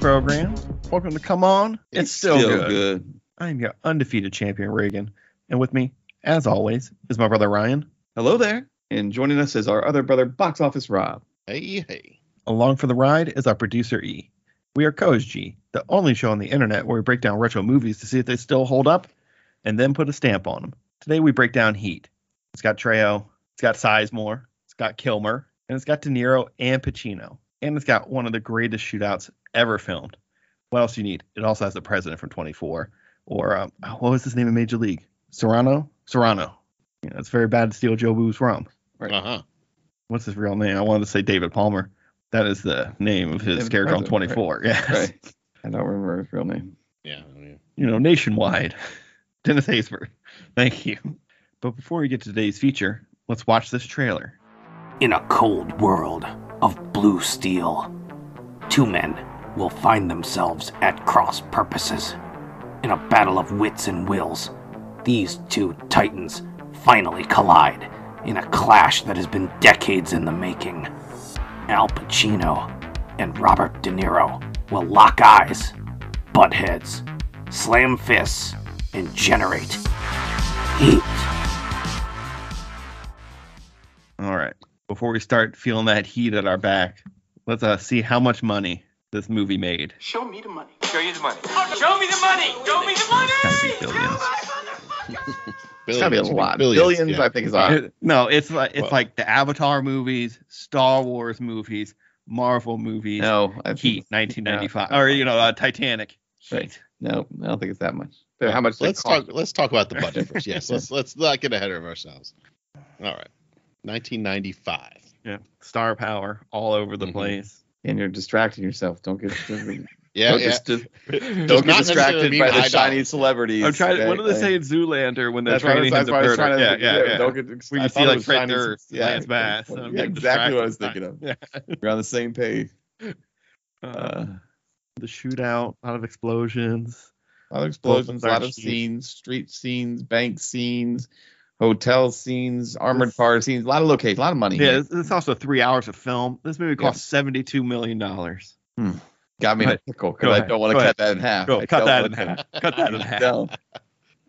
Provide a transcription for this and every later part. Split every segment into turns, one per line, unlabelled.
program. Welcome to Come On. It's, still, good.
good.
I'm your undefeated champion, Reagan. And with me, as always, is my brother Ryan,
Hello there. And joining us is our other brother, Box Office Rob.
Hey, hey.
Along for the ride is our producer E. We are Co's G, the only show on the internet where we break down retro movies to see if they still hold up and then put a stamp on them. Today we break down Heat. It's got Trejo, it's got Sizemore, it's got Kilmer, and it's got De Niro and Pacino. And it's got one of the greatest shootouts ever filmed. What else do you need? It also has the president from 24 or um, oh, what was his name in Major League? Serrano? Serrano. You know, it's very bad to steal Joe Boo's from.
Right.
Uh huh.
What's his real name? I wanted to say David Palmer. That is the name of his
David
character on
Palmer, right.
24. Yes.
Right. I don't remember his real name.
Yeah. yeah.
you know, nationwide. Dennis Haysbert, thank you. But before we get to today's feature, let's watch this trailer.
In a cold world of blue steel, two men will find themselves at cross purposes. In a battle of wits and wills, these two titans finally collide in a clash that has been decades in the making. Al Pacino and Robert De Niro will lock eyes, butt heads, slam fists, and generate heat.
All right. Before we start feeling that heat at our back, let's uh, see how much money this movie made.
Show me the money.
Show you the money.
Show me the money. Show me the money.
Gotta be billions.
It's gotta be a
Billions,
lot. Billions,
billions, yeah.
I think, is odd.
It- no, it's like it's
Well-
like the Avatar movies, Star Wars movies, Marvel movies,
No, I think
Heat,
it's-
1995, or you know, uh, Titanic. Heat.
Right. No, I don't think it's that much. But how much? they
Let's
cost.
talk. Let's talk about the budget first. Yes. let's let's not get ahead of ourselves. All right. 1995.
Yeah. Star power all over the
Mm-hmm.
Mhm.
place.
And you're distracting yourself. Don't get. Don't,
Yeah. yeah.
just- just- don't
Does
get
not necessarily
distracted
mean
by the
I don't.
shiny celebrities.
I'm trying.
okay?
What do they
Like,
say in Zoolander when they're
That's what I was-
training him
that's
to
what I
murder?
was trying to.
Yeah, yeah, yeah.
Don't get.
When
I
you
thought
see
it
like
was
Fred
shiny-
Durst, and
yeah,
Lance Bass.
yeah,
I'm getting
exactly what I was
distracted.
thinking of. You're on the same page.
Yeah.
Uh,
the shootout, a lot of explosions.
A lot of explosions, a
aren't
lot of
cheap.
scenes, street scenes, bank scenes, hotel scenes, armored
This-
car scenes, a lot of locations, a lot of money.
Yeah,
here.
it's, it's also three hours of film. This movie cost seventy-two million dollars.
Got me in a
Right.
pickle
Go
because I
ahead.
don't want
Go
to
ahead.
cut that in half.
Go
I
cut
don't
that in
want to-
half. Cut that in
I
half.
don't.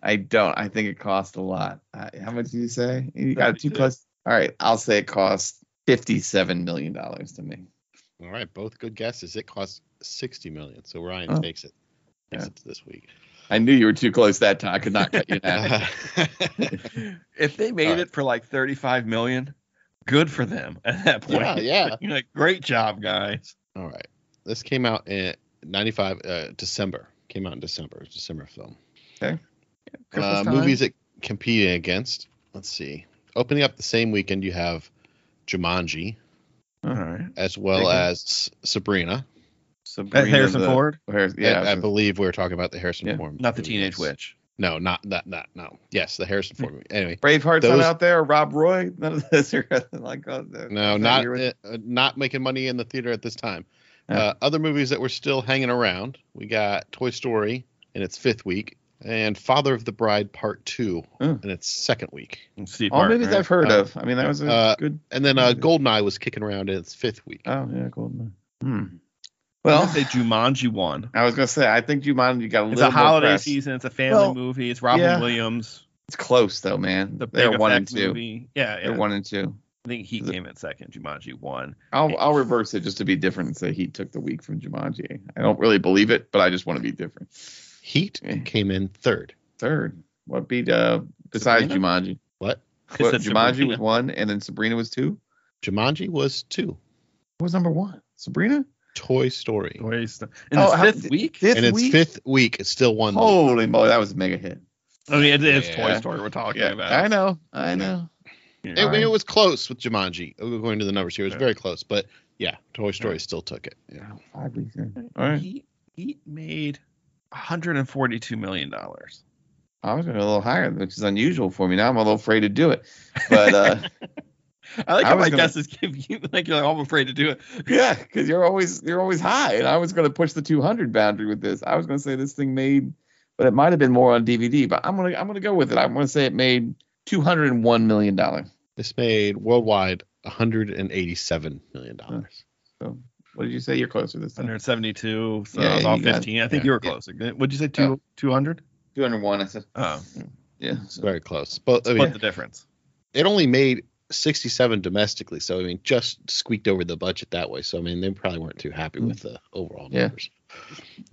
I don't. I think it cost a lot. I, how much did you say? You got a two
32.
plus. All right, I'll say it cost fifty-seven million dollars to me.
All right. Both good guesses. It cost 60 million. So Ryan
Oh.
takes it. Takes
Yeah.
it this week.
I knew you were too close that time. I could not cut you down.
If they made
Alright.
it for like thirty-five million, good for them at that point.
yeah. Yeah.
You're like, great job, guys.
All right. This came out in 95 uh, December. Came out in December. It was a December film.
Christmas
Uh,
time?
movies that competing against. Let's see. Opening up the same weekend, you have Jumanji
All right.
as well
Okay.
as S- Sabrina.
Sabrina
Harrison
the-
Ford,
Harris-
Yeah,
yeah,
I, believe we were talking about the Harrison
Yeah,
Ford.
not the
movie.
teenage witch.
No, not that. Not no. Yes, the Harrison Ford movie. Anyway,
Braveheart's
Those-
not out there. Rob Roy. None of those are like. Oh, the-
no,
that
not
year was-
uh, uh, not making money in the theater at this time.
Yeah.
Uh, other movies that were still hanging around. We got Toy Story in its fifth week, and Father of the Bride Part Two
Oh.
in its second week.
Steve
all
Martin,
movies
right?
I've heard
Uh,
of. I mean, that was a
uh,
good.
And then uh,
Okay.
Goldeneye was kicking around in its fifth week.
Oh yeah, Golden.
Hmm.
Well,
I'm gonna say Jumanji won.
I was gonna say I think Jumanji got a
It's
little
a holiday
more press.
season. It's a family
Well,
movie. It's Robin
yeah.
Williams.
It's close though, man.
The
They're
big
one and
effects
two.
movie. Yeah, yeah.
They're one and two.
I think he
Is it-
came in second. Jumanji won.
I'll I'll reverse it just to be different and say he took the week from Jumanji. I don't really believe it, but I just want to be different.
Heat
Yeah.
came in third.
Third, what beat uh besides
Sabrina?
Jumanji?
What?
It
What,
said
Jumanji
Sabrina.
was one, and then Sabrina was two.
Jumanji was two.
What was number one? Sabrina.
Toy Story.
Waste. In
Oh,
the
how-
fifth week.
Fifth
and its
week.
fifth week, it still won. the league.
Holy moly, that was a mega hit.
I mean, it is Toy
Yeah.
Story we're talking
Yeah,
about.
I know, I know.
You
It,
know,
it was close with Jumanji. Going to the numbers here, it was
Yeah.
very close. But yeah, Toy Story still took it. Yeah.
Five weeks in. All right.
He he made 142 million dollars.
I was going a little higher, which is unusual for me. Now I'm a little afraid to do it. But uh,
I like
I
how
was
my
gonna-
guesses give you like you're like, "Oh, I'm afraid to do it.
yeah, because you're always you're always high, and I was going to push the 200 boundary with this. I was going to say this thing made, but it might have been more on DVD. But I'm gonna I'm gonna go with it. I'm gonna say it made 201 million dollars.
This made worldwide 187 million dollars.
So What did you say? You're closer this time.
172. So
Yeah,
I was off
you got-
15. I think you were
yeah. Oh.
closer. Would you say two 200?
201. I said.
Oh,
Yeah.
It's
so-
very close.
Oh,
But I
split
mean,
the difference.
it only made 67 domestically, so I mean, just squeaked over the budget that way. So I mean, they probably weren't too happy
Hmm.
with the overall
Yeah.
numbers.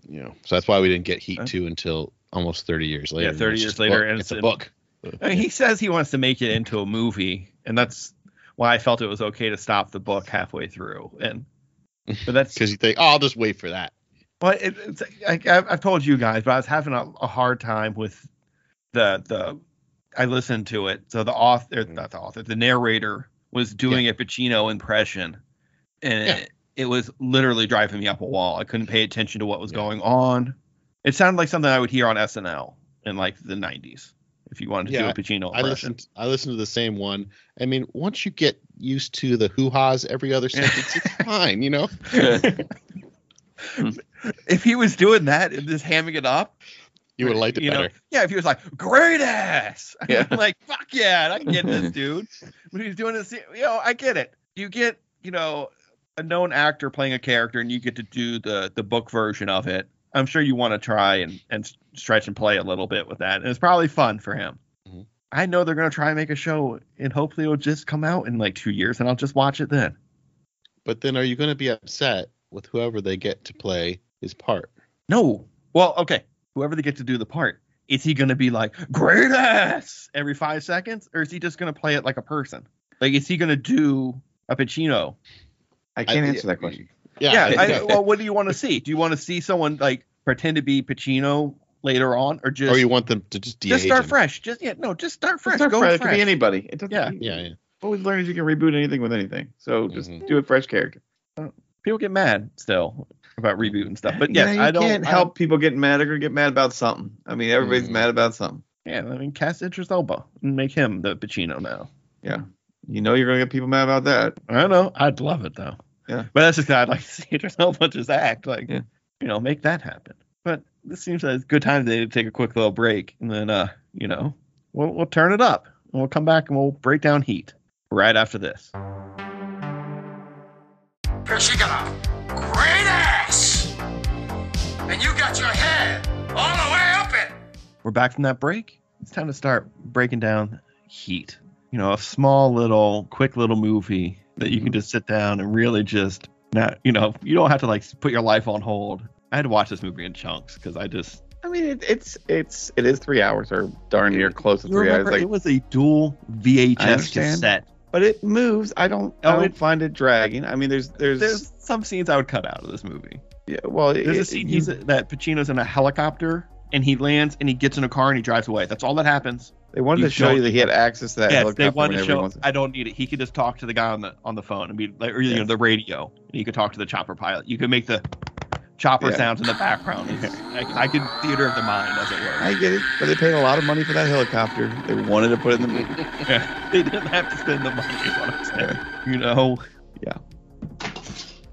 You know, so that's why we didn't get Heat
Okay.
Two until almost 30 years
30
later. It's
Uh. years
just a
later,
book.
and
it's
it's
a
in-
book.
I mean, he says he wants to make it into a movie, and that's why I felt it was okay to stop the book halfway through. And but that's
because you think, oh, I'll just wait for that.
Well, it, it's like I've, I've told you guys, but I was having a, a hard time with the the. I listened to it, so the author,
Mhm.
not the author, the narrator was doing a Pacino impression, and
Yeah.
it, it was literally driving me up a wall. I couldn't pay attention to what was
Yeah.
going on. It sounded like something I would hear on SNL in like the '90s if you wanted to
Yeah,
do a Pacino
I
impression.
listened. I listened to the same one. I mean, once you get used to the hoo ha's every other
Yeah.
sentence, it's fine. You know,
if he was doing that and just hamming it up,
you would have liked it
You know,
better.
Yeah, if he was like, great ass. I
Yeah.
mean, like, fuck yeah, I get this, dude. When he's doing this, you know, I get it. You get, you know, a known actor playing a character and you get to do the the book version of it. I'm sure you want to try and, and stretch and play a little bit with that. And it's probably fun for him.
Mhm.
I know they're going to try and make a show, and hopefully it'll just come out in like two years, and I'll just watch it then.
But then, are you going to be upset with whoever they get to play his part?
No. Well, okay. Whoever they get to do the part, is he going to be like, great ass every five seconds? Or is he just going to play it like a person? Like, is he going to do a Pacino?
I can't
I-
answer that question.
Yeah.
I- well, what do you want to see? Do you want to see someone like pretend to be Pacino later on or just,
or you want them to just de-age
just start
him.
fresh? Just, yeah, no, just start fresh.
It's not
Go
fresh. It
fresh.
could be anybody. It doesn't.
Yeah.
Yeah, yeah.
What we've learned is you can reboot anything with anything. So just
Mhm.
do a fresh character.
People get mad still about reboot and stuff. But
You
yes,
know, you
I Hmm. don't
can't
I-
help people getting mad. They're gonna get mad about something. I mean, everybody's
Mhm.
mad about something.
yeah, I mean, cast Idris Elba and make him the Pacino now.
You know, you're gonna get people mad about that.
I don't know. I'd love it though.
Yeah.
But that's just 'cause I'd like to see Idris Elba just act like,
Yeah.
you know, make that happen. But this seems like a good time today to take a quick little break, and then, uh, you know, we'll we'll turn it up, and we'll come back and we'll break down Heat right after this.
Cause she got a great ass. And you got your head all the way up it.
We're back from that break. It's time to start breaking down Heat. You know, a small little, quick little movie that
Mm-hmm.
you can just sit down and really just not, you know, you don't have to like put your life on hold. I had to watch this movie in chunks because I just
I mean, it, it's it's it is three hours or darn near close to
You
three hours.
remember
Like,
it was a dual
I
VHS
understand.
cassette.
but it moves. I don't. I
Oh,
don't
it-
find it dragging. I mean, there's there's,
There's some scenes I would cut out of this movie.
yeah, well,
There's a
it-
scene
you-
he's, that Pacino's in a helicopter and he lands and he gets in a car and he drives away. That's all that happens.
they wanted
you
to show
don't-
you that he had access to that.
yes,
helicopter
they want to
whenever he
show.
wants it.
I don't need it. He could just talk to the guy on the on the phone and be like, or you know,
Yes.
the radio. And you could talk to the chopper pilot. You could make the chopper
Yeah.
sounds in the background. I, I could theater of the mind, as it were.
I get it, but they paid a lot of money for that helicopter. They wanted to put it in the movie.
they didn't have to spend the money. Is what I'm saying. You know.
Yeah.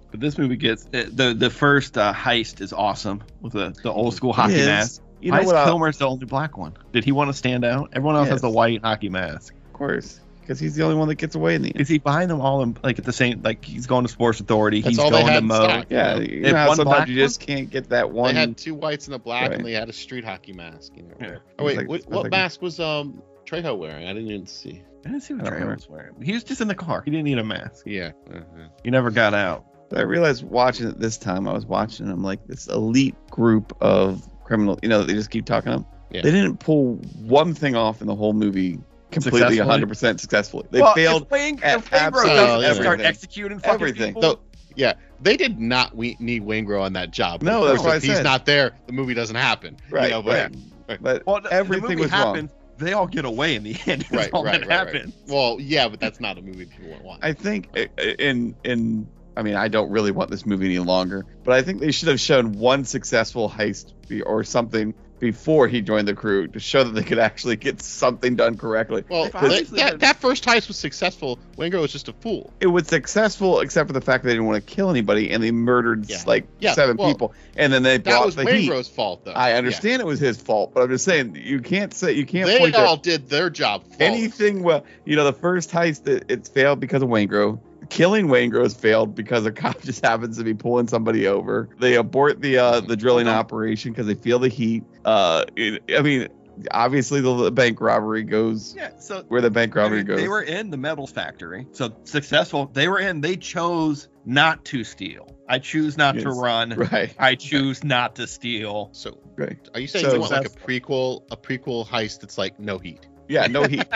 But this movie gets eh, the the first uh, heist is awesome with the the old school hockey
It is.
mask.
You know
Heist
what? I, of
Kilmer's the only black one. Did he want to stand out? Everyone else has the
Yes.
white hockey mask.
course, because he's the only one that gets away in the end.
Is he buying them all in, like at the same like he's going to Sports Authority,
That's
he's
all they
going
had
to
in
Mo.
stock.
Yeah,
They
you
had
know how
one black
sometimes you just can't get that
They
one.
had two whites and a black,
Right.
and they had a street hockey mask. You know.
Yeah.
Oh wait,
Like-
what, what
like-
mask was um Trejo wearing? I didn't even see.
I didn't see what
I don't
Trey
remember.
was wearing. He was just in the car. He didn't need a mask.
Yeah. uh-huh.
He never got out.
I realized watching it this time, I was watching them like this elite group of criminals, you know, that they just keep talking up.
Yeah.
They didn't pull one thing off in the whole movie completely
Successfully?
100% successfully. They
Well,
failed.
If Wayne,
at
if Wayne Rowe
absolutely
doesn't just start
everything.
executing fucking
Everything.
people-
So yeah, they did not we- need Wingro on that job.
No, that's
Because
what I
if he's
said.
not there, the movie doesn't happen. you
Right,
know,
right.
but-
But
Well, the,
Everything
the movie
was wrong.
happens. They all get away in the end. That's
Right,
all
right,
that
right, right.
happens.
Well, yeah, but that's not a movie people would want.
I think i- i- in in I mean I don't really want this movie any longer, but I think they should have shown one successful heist be- or something before he joined the crew to show that they could actually get something done correctly.
well,
If I was-
that, that, that first heist was successful. Wingro was just a fool.
It was successful except for the fact that they didn't want to kill anybody and they murdered
Yeah.
like
Yeah,
seven
well,
people and then they
That
brought
was
the heat.
Wingro's fault, though.
I
Yeah.
understand it was his fault, but I'm just saying you can't say you can't
They
point to
all did their job. flawless.
anything well. You know, the first heist it, it failed because of Wayne Grove. The killing Wayne Gross failed because a cop just happens to be pulling somebody over. They abort the uh, the drilling operation because they feel the heat. Uh, it, I mean, obviously the, the bank robbery goes
Yeah, so
where the bank robbery goes.
they were in the metal factory, so successful. They were in. They chose not to steal. I choose not to
Yes.
run.
right.
I choose not to steal.
So
Right.
are you saying
So
you want like a
that's-
prequel, a prequel heist that's like no heat?
Yeah. No heat.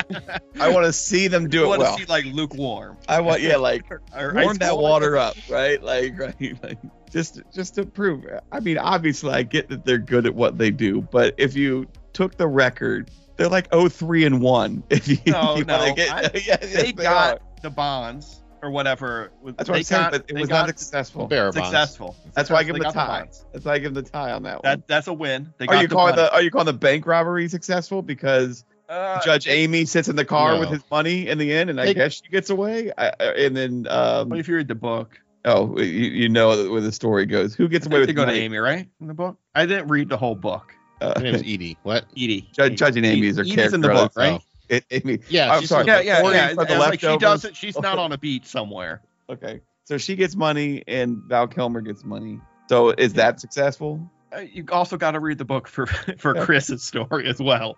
I want to see them do
I
it
want
well.
to see like lukewarm.
I want yeah like
Or
warm
ice
that
cold.
water up, right? Like, right, like just just to prove. I mean, obviously, I get that they're good at what they do, but if you took the record, they're like oh three and one. If you,
No,
you wanna
no,
get,
I-
yes, yes,
They
are.
got the bonds or whatever.
That's
they
what I'm saying,
got-
but it
they
was
got
not successful.
Bearer bonds.
successful.
That's why I give
They
them
got
a
the
tie.
bonds.
That's why I give them the tie on that, one.
That that's a win. They got
are you
the
calling
money.
the Are you calling the bank robbery successful because
Uh,
Judge Amy sits in the car with
no.
his money in the end, and I
They-
guess she gets away, I, I- and then
But
um,
if you read the book,
oh, you, you know where the story goes. Who
I
gets
think
away with
they go
money?
to Amy, right? In the book, I didn't read the whole book.
Uh,
Her name's Edie. What?
Edie,
Judge, Judge and Amy is her
Edie's
character.
in the book, right?
It, Amy.
Yeah,
I'm
she's
sorry.
in the
Yeah,
book.
yeah,
Or
yeah.
you put the
And, like she
leftovers.
doesn't. She's not on a beach somewhere.
Okay. So she gets money, and Val Kilmer gets money. So is that successful?
Uh, You also got to read the book for for
Yeah.
Chris's story as well.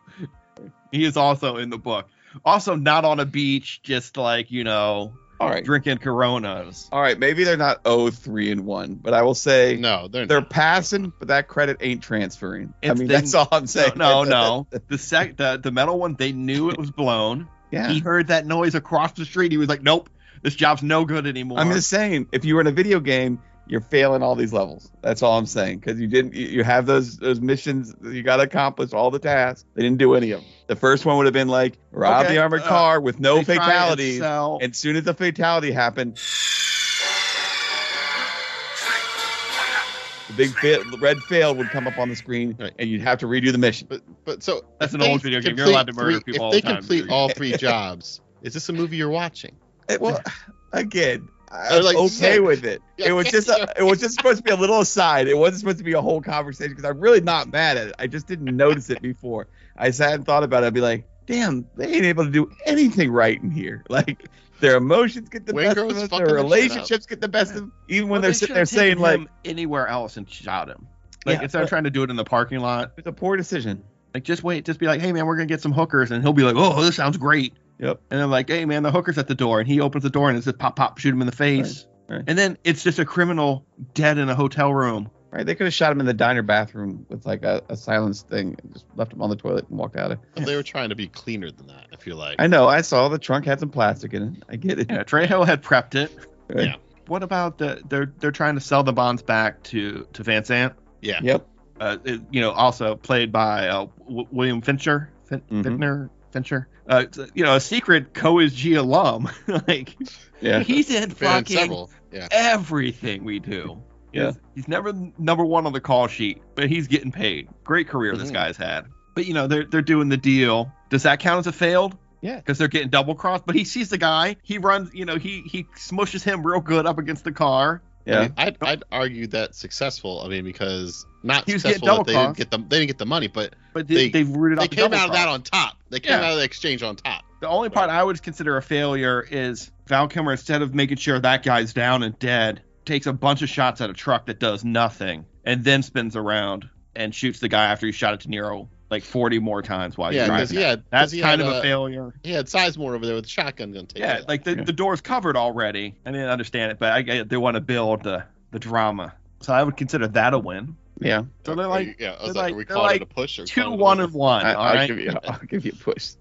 He is also in the book. Also, not on a beach, just like you know,
All right.
drinking Coronas.
All right. Maybe they're not oh three and one, but I will say
No, they're,
they're
not.
passing, but that credit ain't transferring. I
It's
mean,
the-
that's all I'm saying.
No, no, no. the sec the the metal one, they knew it was blown.
Yeah.
He heard that noise across the street. He was like, "Nope, this job's no good anymore."
I'm just saying, if you were in a video game, you're failing all these levels. That's all I'm saying because you didn't. You you have those those missions. that You got to accomplish all the tasks. They didn't do any of them. The first one would have been like rob
Okay,
the armored
uh,
car with no
They try and
fatalities.
sell-
And soon as the fatality happened, the big fa- red fail would come up on the screen,
Right.
and you'd have to redo the mission.
But but so
That's an
if they
old video game. You're
complete
allowed to murder
three-
people all
If they
the time.
complete all three jobs, is this a movie you're watching?
It, well, again, I
They're
was
like,
okay
yeah.
with it.
Yeah,
it was
yeah,
just
yeah.
a, it was just supposed to be a little aside. It wasn't supposed to be a whole conversation because I'm really not mad at it. I just didn't notice it before. I sat and thought about it. I'd be like, damn, they ain't able to do anything right in here. Like their emotions get the
Wayne
best
Gross
of them, their
fucking the shit up.
relationships get the best of even when
Well,
they're
they
sitting
should've
there saying
taken
like
him anywhere else and shot him. Like
Yeah,
instead of
but-
trying to do it in the parking lot,
it's a poor decision.
like just wait, just be like, hey man, we're gonna get some hookers, and he'll be like, oh, this sounds great.
Yep.
And they're like, hey man, the hooker's at the door, and he opens the door and it's just pop pop, shoot him in the face,
Right, right.
and then it's just a criminal dead in a hotel room.
Right? They could have shot him in the diner bathroom with like a, a silence thing and just left him on the toilet and walked out of
But They were trying to be cleaner than that. I feel like
I know, I saw the trunk had some plastic in it. I get it.
Yeah, Trejo had prepped it.
Yeah.
What about the they're they're trying to sell the bonds back to to Van Sant?
yeah.
Yep.
Uh, it- you know, also played by uh, w- William Fincher, fin-
Mm-hmm.
Mhm.
Fitner, Fincher. Uh, it's, uh, you know, a secret co-SG alum. like
Yeah.
he's in
Been in
fucking
several. Yeah.
everything we do.
Yeah.
He's, he's never n- number one on the call sheet, but he's getting paid. Great career this
Mhm.
guy's had. But you know they're they're doing the deal. Does that count as a failed?
Yeah.
Because they're getting double crossed. But he sees the guy. He runs. You know he he smushes him real good up against the car.
I
Yeah.
mean, I'd, I'd argue that successful. I mean, because not
He was getting
successful that
double
they
crossed.
didn't get the they didn't get the money, but
But they,
They-
they, have rooted
they
off the
came
double
out of that
cross.
on top. They came
Yeah.
out of the exchange on top.
The only part I would consider a failure is Val Kilmer instead of making sure that guy's down and dead, takes a bunch of shots at a truck that does nothing, and then spins around and shoots the guy after he shot at De Niro like 40 more times while
yeah,
he's driving.
because he had
Oh, That's
'cause he
kind
had,
of a
uh,
failure.
He had Sizemore over there with a shotgun gun taken.
Yeah, like the,
Yeah.
the door's covered already. I mean, I understand it, but I, get they want to build the, the drama. So I would consider that a win.
Yeah.
So they're
Are
like
you- yeah, I
they're
was like,
like-
are we
they're
calling
like
it a push or
two,
calling it a
one,
win?
and one.
I,
all
I'll
right?
give you. I'll give you a push.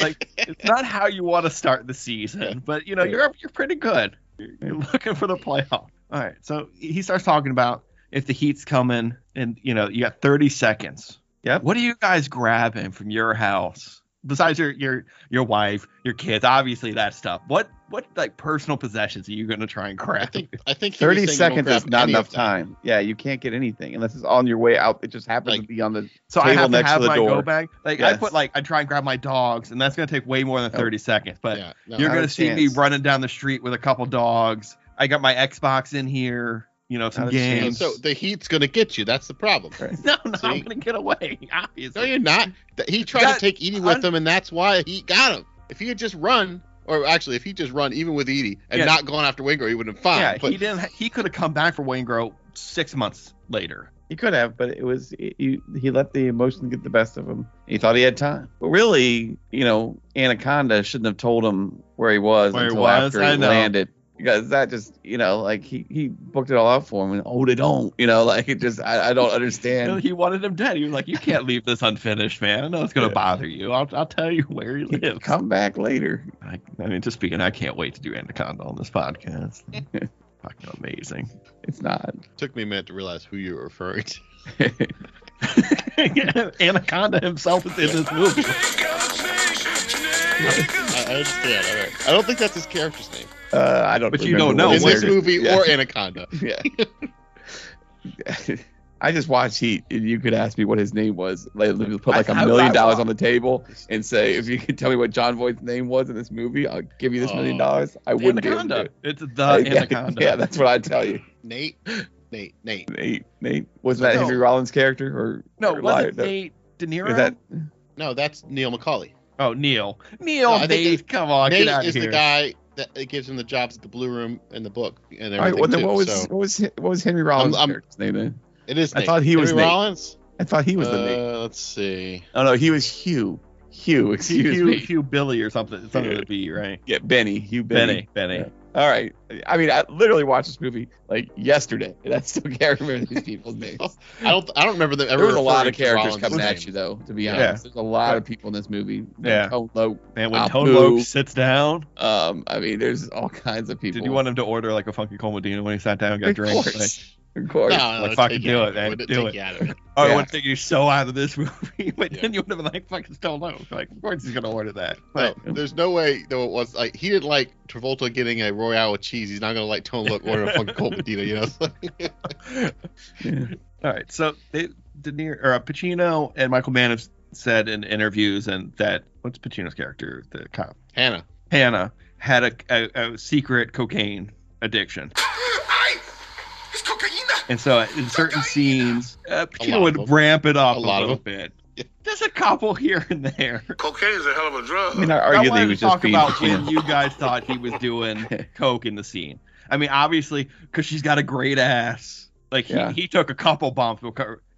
like, it's not how you want to start the season, but you know you're you're pretty good. You're, you're looking for the playoff. All right, so he starts talking about if the heat's coming, and you know you got 30 seconds.
Yep.
What are you guys grabbing from your house besides your your your wife, your kids? Obviously that stuff. What what like personal possessions are you gonna try and
I
grab?
think I think he was
Thirty
saying
seconds
don't
is
grab
not
any of
enough
that.
time. Yeah, you can't get anything unless it's on your way out. It just happens to
Like-
be on the.
so I
table
have to
next to
have
the
my go
door.
bag. Like I
Yes.
put like I try and grab my dogs, and that's gonna take way more than 30 seconds. But
Yeah, no,
You're
not
gonna
a
see me
chance.
running down the street with a couple dogs. I got my Xbox in here. You know, some
Not a chance.
games.
So the heat's gonna get you. That's the problem.
no, no,
See?
I'm gonna get away.
No,
Obviously.
you're not. Th- He tried
That-
to take Edie
I-
with him, and that's why he got him. If he had just run, Or actually, if he just run even with Edie and
Yeah.
not gone after Wingo, he would have been fine.
yeah,
but
he didn't. He could have come back for Wangro six months later.
He could have, but it was he, he let the emotion get the best of him. He thought he had time, but really, you know, Anaconda shouldn't have told him where he was
Where he
until
was,
after
I
he
know.
landed. Because that just, you know, like he, he booked it all out for him, and oh, they don't, you know, like it just, I, I don't
You know,
understand.
he wanted him dead. He was like, "You can't leave this unfinished, man. I know it's gonna bother you. I'll, I'll tell you where he lives."
Come back later.
I, I mean, just speaking, I can't wait to do Anaconda on this podcast. Fucking amazing.
It's not.
took me a minute to realize who you were referring to.
Anaconda himself is in this movie.
I, I understand. All right. I don't think that's his character's name
Uh, I don't.
But you
remember
don't know
what
in
Oh,
this
his-
movie
yeah.
or Anaconda.
Yeah. I just watched Heat, and you could ask me what his name was. Like, literally put like a
I- I-
million
I-
dollars on the table and say, if you could tell me what John Voight's name was in this movie, I'll give you this million
Oh.
dollars. I wouldn't. be able to do
Anaconda. It's
it. Uh,
the
Yeah,
Anaconda.
Yeah, that's what I tell you.
Nate. Nate. Nate.
Nate. Nate. Wasn't that
No.
Henry Rollins' character or
no,
or
was
liar?
it Nate De Niro?
Is that
No, that's Neil McCauley.
Oh, Neil. Neil,
No, I think
Nate, come on,
Nate
get out of
is
here.
the guy that that gives him the jobs at the Blue Room and the book and everything.
all right? Well, then
too,
what was
so
what was he- what was Henry Rollins'
I'm-
character's name? Then?
it is?
I
Nate.
thought he was
Henry
Nate.
Rollins.
I thought he was the Nate.
Uh, Let's see.
Oh no, he was Hugh. Hugh, excuse
Hugh,
me.
Hugh Billy or something. It's something
Yeah.
to be right.
Yeah, Benny. Hugh Benny.
Benny, Benny.
Yeah. All right. I mean, I literally watched this movie like yesterday, and I still can't remember these people's names.
I don't. I don't remember them ever.
there was a lot
referring
of
to
characters
Rollins'
coming at
name.
you, though. To be
Yeah.
honest, there's a lot of people in this movie.
Yeah.
Oh, no.
Man, when
I'll
Tone
boo.
Loc sits down,
Um, I mean, there's all kinds of people.
did you want him to order like a funky Colmadino when he sat down and got
Of
drinks?
course.
Like,
Of course.
No, no,
Like,
it'd
fucking
take you
do
out
it,
of
man,
Wouldn't
do
take
it.
you out of it.
Oh, I
Yeah.
want to take you so out of this movie, but
Yeah.
then you would have been like, "Fucking Stone Loc." Like, of course he's gonna order that.
No,
But
there's no way though it was like he didn't like Travolta getting a Royale with cheese. He's not gonna like Tone Look order a fucking cold Medina, you know. It's like-
all right, so they, De Niro or uh, Pacino and Michael Mann have said in interviews, and that what's Pacino's character, the cop
Hannah.
Hannah, had a, a, a secret cocaine addiction,
Ay, es cocaína.
and so in certain scenes, uh,
lot
Pacino
of
would
them.
ramp it up a,
A lot of
little bit. Just a couple here and there.
Cocaine is a hell of a drug.
I mean, I
I
argue that
wanted
he
to
was just
talk
being.
about
Pacino.
when you guys thought he was doing coke in the scene. I mean, obviously, because she's got a great ass. Like he,
Yeah.
he took a couple bumps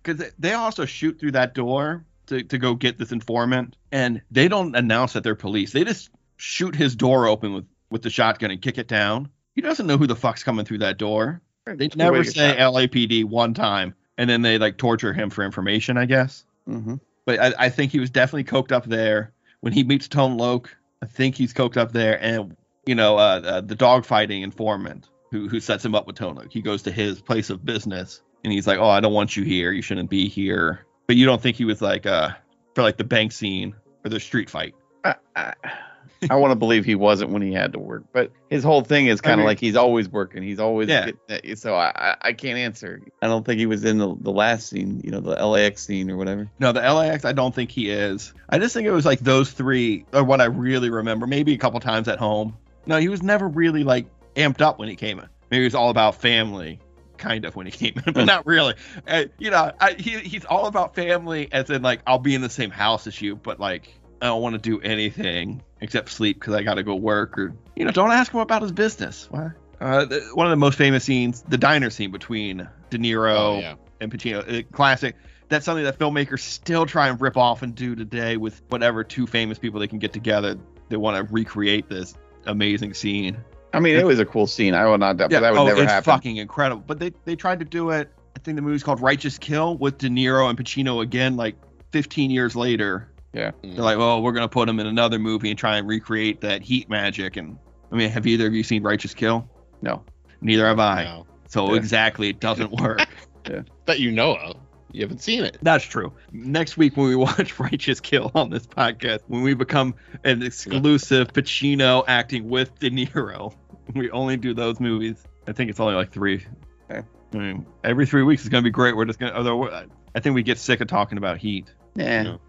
because they also shoot through that door to, to go get this informant, and they don't announce that they're police. They just shoot his door open with with the shotgun and kick it down. He doesn't know who the fuck's coming through that door. They
Two
never
ways to
say
shot.
LAPD one time, and then they like torture him for information, I guess
Mhm.
but I, I think he was definitely coked up there when he meets Tone Loc. I think he's coked up there, and you know uh, uh, the dogfighting informant who who sets him up with Tone Loc. He goes to his place of business, and he's like, "Oh, I don't want you here. You shouldn't be here." But you don't think he was like uh for like the bank scene or the street fight?
I, I, I want to believe he wasn't when he had to work, but his whole thing is
I
kind of
mean-
like he's always working. He's always
Yeah.
getting- so I, I I can't answer. I don't think he was in the, the last scene, you know, the LAX scene or whatever.
No, the LAX. I don't think he is. I just think it was like those three are what I really remember. Maybe a couple times at home. No, he was never really like amped up when he came in. Maybe it was all about family, kind of when he came in, but not really. Uh, you know, I, he he's all about family, as in like I'll be in the same house as you, but like I don't want to do anything except sleep because I got to go work or you know. Don't ask him about his business. Why? Uh, the, one of the most famous scenes, the diner scene between De Niro
Oh, yeah.
and Pacino. uh, Classic. That's something that filmmakers still try and rip off and do today with whatever two famous people they can get together. They want to recreate this amazing scene.
I mean, it was a cool scene. I will not doubt, but that would
oh,
never
it's
happen.
fucking incredible. But they they tried to do it. I think the movie's called Righteous Kill with De Niro and Pacino again, like 15 years later.
Yeah.
They're like, oh, we're gonna put him in another movie and try and recreate that heat magic. And I mean, have either of you seen Righteous Kill?
No.
Neither have I.
No.
So
Yeah.
exactly, it doesn't work.
That you know of. You haven't seen it.
That's true. Next week, when we watch Righteous Kill on this podcast, when we become an exclusive Pacino acting with De Niro, we only do those movies. I think it's only like three.
Okay.
I mean, every three weeks is going to be great. We're just going to, although we're- I think we get sick of talking about Heat.
Nah.
No.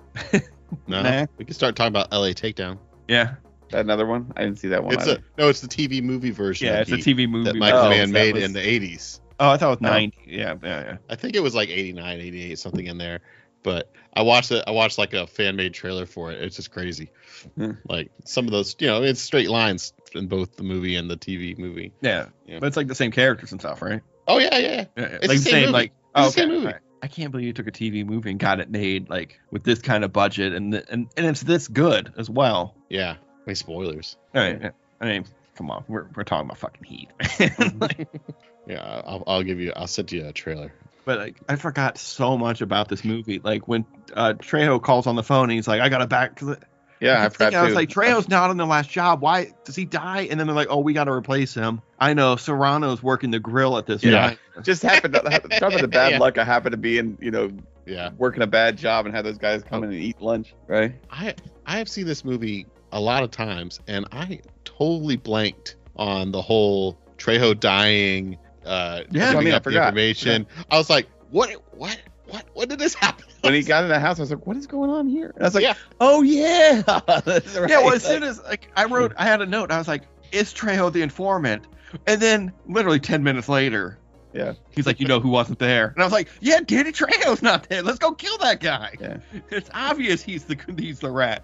No.
Nah.
We can start talking about LA Takedown.
Yeah.
That another one? I didn't see that one.
It's
either.
a no, it's the TV movie version.
Yeah,
of
it's a
Heat
TV movie.
that Michael
Oh,
Mann
that
made
was-
in the 80s.
Oh, I thought it was
No.
90. Yeah, yeah, yeah.
I think it was like 89, 88, something in there. But I watched it. I watched like a fan made trailer for it. It's just crazy.
Hmm.
Like some of those, you know, it's straight lines in both the movie and the TV movie.
Yeah.
Yeah.
But it's like the same characters and stuff, right?
Oh yeah, yeah. yeah.
Yeah, yeah.
It's
like
the same movie.
like oh,
It's the same movie.
alright. I can't believe you took a TV movie and got it made like with this kind of budget and th- and, and it's this good as well.
Yeah. My spoilers.
All right. yeah. I mean, come on, we're we're talking about fucking heat.
Yeah, I'll, I'll give you. I'll send you a trailer.
but like, I forgot so much about this movie. Like when uh, Trejo calls on the phone, and he's like, "I got to back." To the,
Yeah, I
kept thinking,
forgot
I was
to-
like, "Trejo's not on the last job. Why does he die?" And then they're like, "Oh, we got to replace him." I know Serrano's working the grill at this.
Yeah.
time.
just happened to happen, talk about the bad
Yeah.
luck. I happened to be in, you know,
Yeah.
working a bad job and have those guys come in and eat lunch, right?
I I have seen this movie a lot of times, and I totally blanked on the whole Trejo dying. Uh,
Yeah, I
giving
mean, I
up the
forgot.
information. I was like, what? What? What? When did this happen?
When he got in the house, I was like, "What is going on here?" And I was like,
Yeah.
"Oh yeah, That's
Yeah, well,
right.
as soon as like I wrote, I had a note. I was like, "Is Trejo the informant?" And then literally ten minutes later,
Yeah.
he's like, "You know who wasn't there?" And I was like, "Yeah, Danny Trejo's not there. Let's go kill that guy.
Yeah.
It's obvious he's the he's the rat."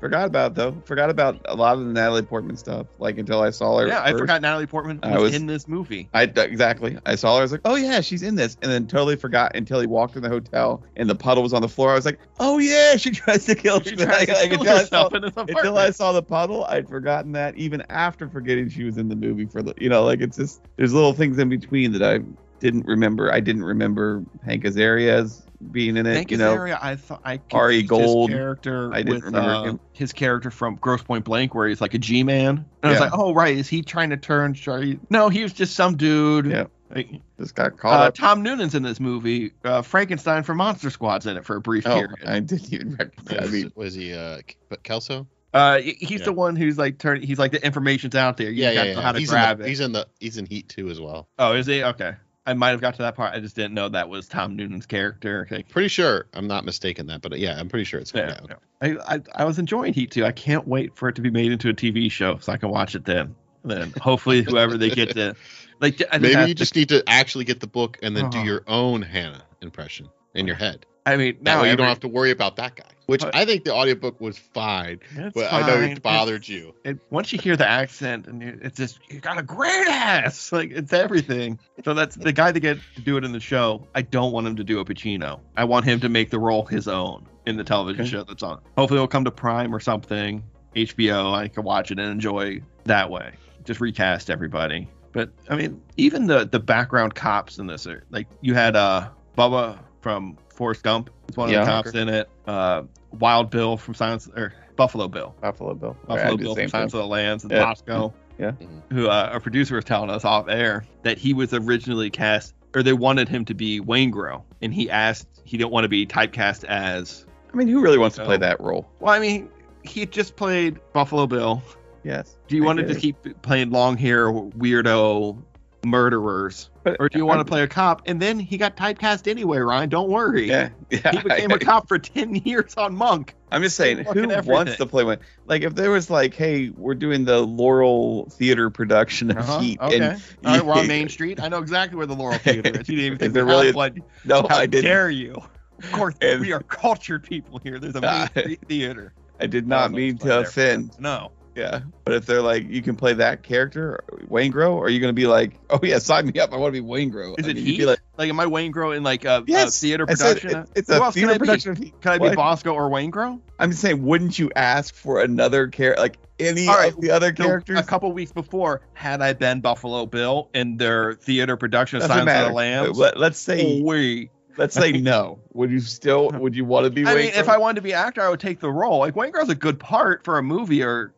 forgot about it, though. Forgot about a lot of the Natalie Portman stuff. Like until I saw her.
yeah, I
first.
forgot Natalie Portman was,
I was-
in this movie.
I exactly. I saw her. I was like, "Oh yeah, she's in this," and then totally forgot until he walked in the hotel and the puddle was on the floor. I was like, "Oh yeah, she tries to kill."
She
She
tries to kill
until, I saw,
herself in his
until I
apartment.
saw the puddle, I'd forgotten that. Even after forgetting she was in the movie for the, you know, like it's just there's little things in between that I didn't remember. I didn't remember Hank Azaria's being in it.
Hank
you know,
Azaria, I thought I
Ari
confused his
Gold.
character
I didn't
with
remember
uh,
him.
his character from Gross Point Blank, where he's like a G-man. And I was
Yeah.
like, "Oh right, is he trying to turn?" Shari-" No, he was just some dude.
Yeah.
Like,
just got caught
Uh,
up.
Tom Noonan's in this movie. Uh, Frankenstein from Monster Squad's in it for a brief
Oh,
period.
I didn't even recognize. I
Was,
mean,
was he uh, K- Kelso?
Uh, he- he's
Yeah.
the one who's like turn. He's like the information's out there. You just
Yeah, yeah,
gotta
yeah.
know how to
he's,
grab
in the,
it.
he's in the he's in Heat too as well.
Oh, is he okay? I might have got to that part. I just didn't know that was Tom Noonan's character. Like,
Pretty sure I'm not mistaken that, but uh, yeah, I'm pretty sure it's him.
yeah.
yeah.
I, I I was enjoying Heat too. I can't wait for it to be made into a TV show so I can watch it then. Then hopefully whoever they get to, like, I think
Maybe
that's-
you just need to actually get the book and then do
Uh-huh.
your own Hannah impression in your head.
I mean,
That
now
way you
every-
don't have to worry about that guy. Which
But-
I think the audiobook was fine,
It's
but I know
fine.
it bothered you.
it, once you hear the accent and you- it's just you got a great ass like it's everything so that's the guy that get to do it in the show i don't want him to do a pacino i want him to make the role his own in the television
Okay.
show that's on hopefully it'll come to prime or something hbo i can watch it and enjoy that way just recast everybody but i mean even the the background cops in this are like you had uh bubba from forrest gump is one of
Yeah.
the cops in it uh wild bill from silence or buffalo bill
Buffalo Bill.
Buffalo
I did the
Bill
same
from
thing.
Silence of the Lambs and
Yeah.
Bosco,
Yeah.
who uh, our producer was telling us off air that he was originally cast, or they wanted him to be Wayne Grow, and he asked he didn't want to be typecast as.
I mean, who really wants to play
So-
that role?
Well, I mean, he had just played Buffalo Bill.
Yes.
Do you
I
want to
get
just
it.
keep playing long hair weirdo murderers,
But-
or do you want to play a cop? And then he got typecast anyway. Ryan, don't worry.
Yeah, yeah.
He became a cop for ten years on Monk.
I'm just saying,
fucking
who wants
everything.
to play one? Like, if there was like, hey, we're doing the Laurel Theater production of Heat, and
Uh-huh, All right, we're on Main Street. I know exactly where the Laurel Theater is. You didn't even
Is
think
there
we
really-
had one.
no,
How
Oh, I didn't.
dare you? Of course,
And-
we are cultured people here. There's a
Ah.
Main Street theater.
I did not
Oh,
mean
that's fine
to
there.
offend.
No.
Yeah, but if they're like, you can play that character, Wayne Grow, are you gonna be like, oh yeah, sign me up, I want to be Wayne Grow?
Is
I
it
mean, you'd be
Heat?
Like,
Like, am I Wayne Grow in like a, a
Yes,
theater
I said,
production?
it- it's
Who
a
else can I
theater
be?
production of Heat.
Can I be
What?
Bosco or Wayne Grow?
I'm just saying, wouldn't you ask for another character, like any
All right,
of the other
So,
characters?
a couple weeks before, had I been Buffalo Bill in their theater production of
Doesn't
Silence of
matter.
the Lambs,
Let, us say,
we.
let's say no. Would you still? Would you want to be?
I
Wayne
mean, if
Grow?
I wanted to be actor, I would take the role. Like Wayne Grow's a good part for a movie, or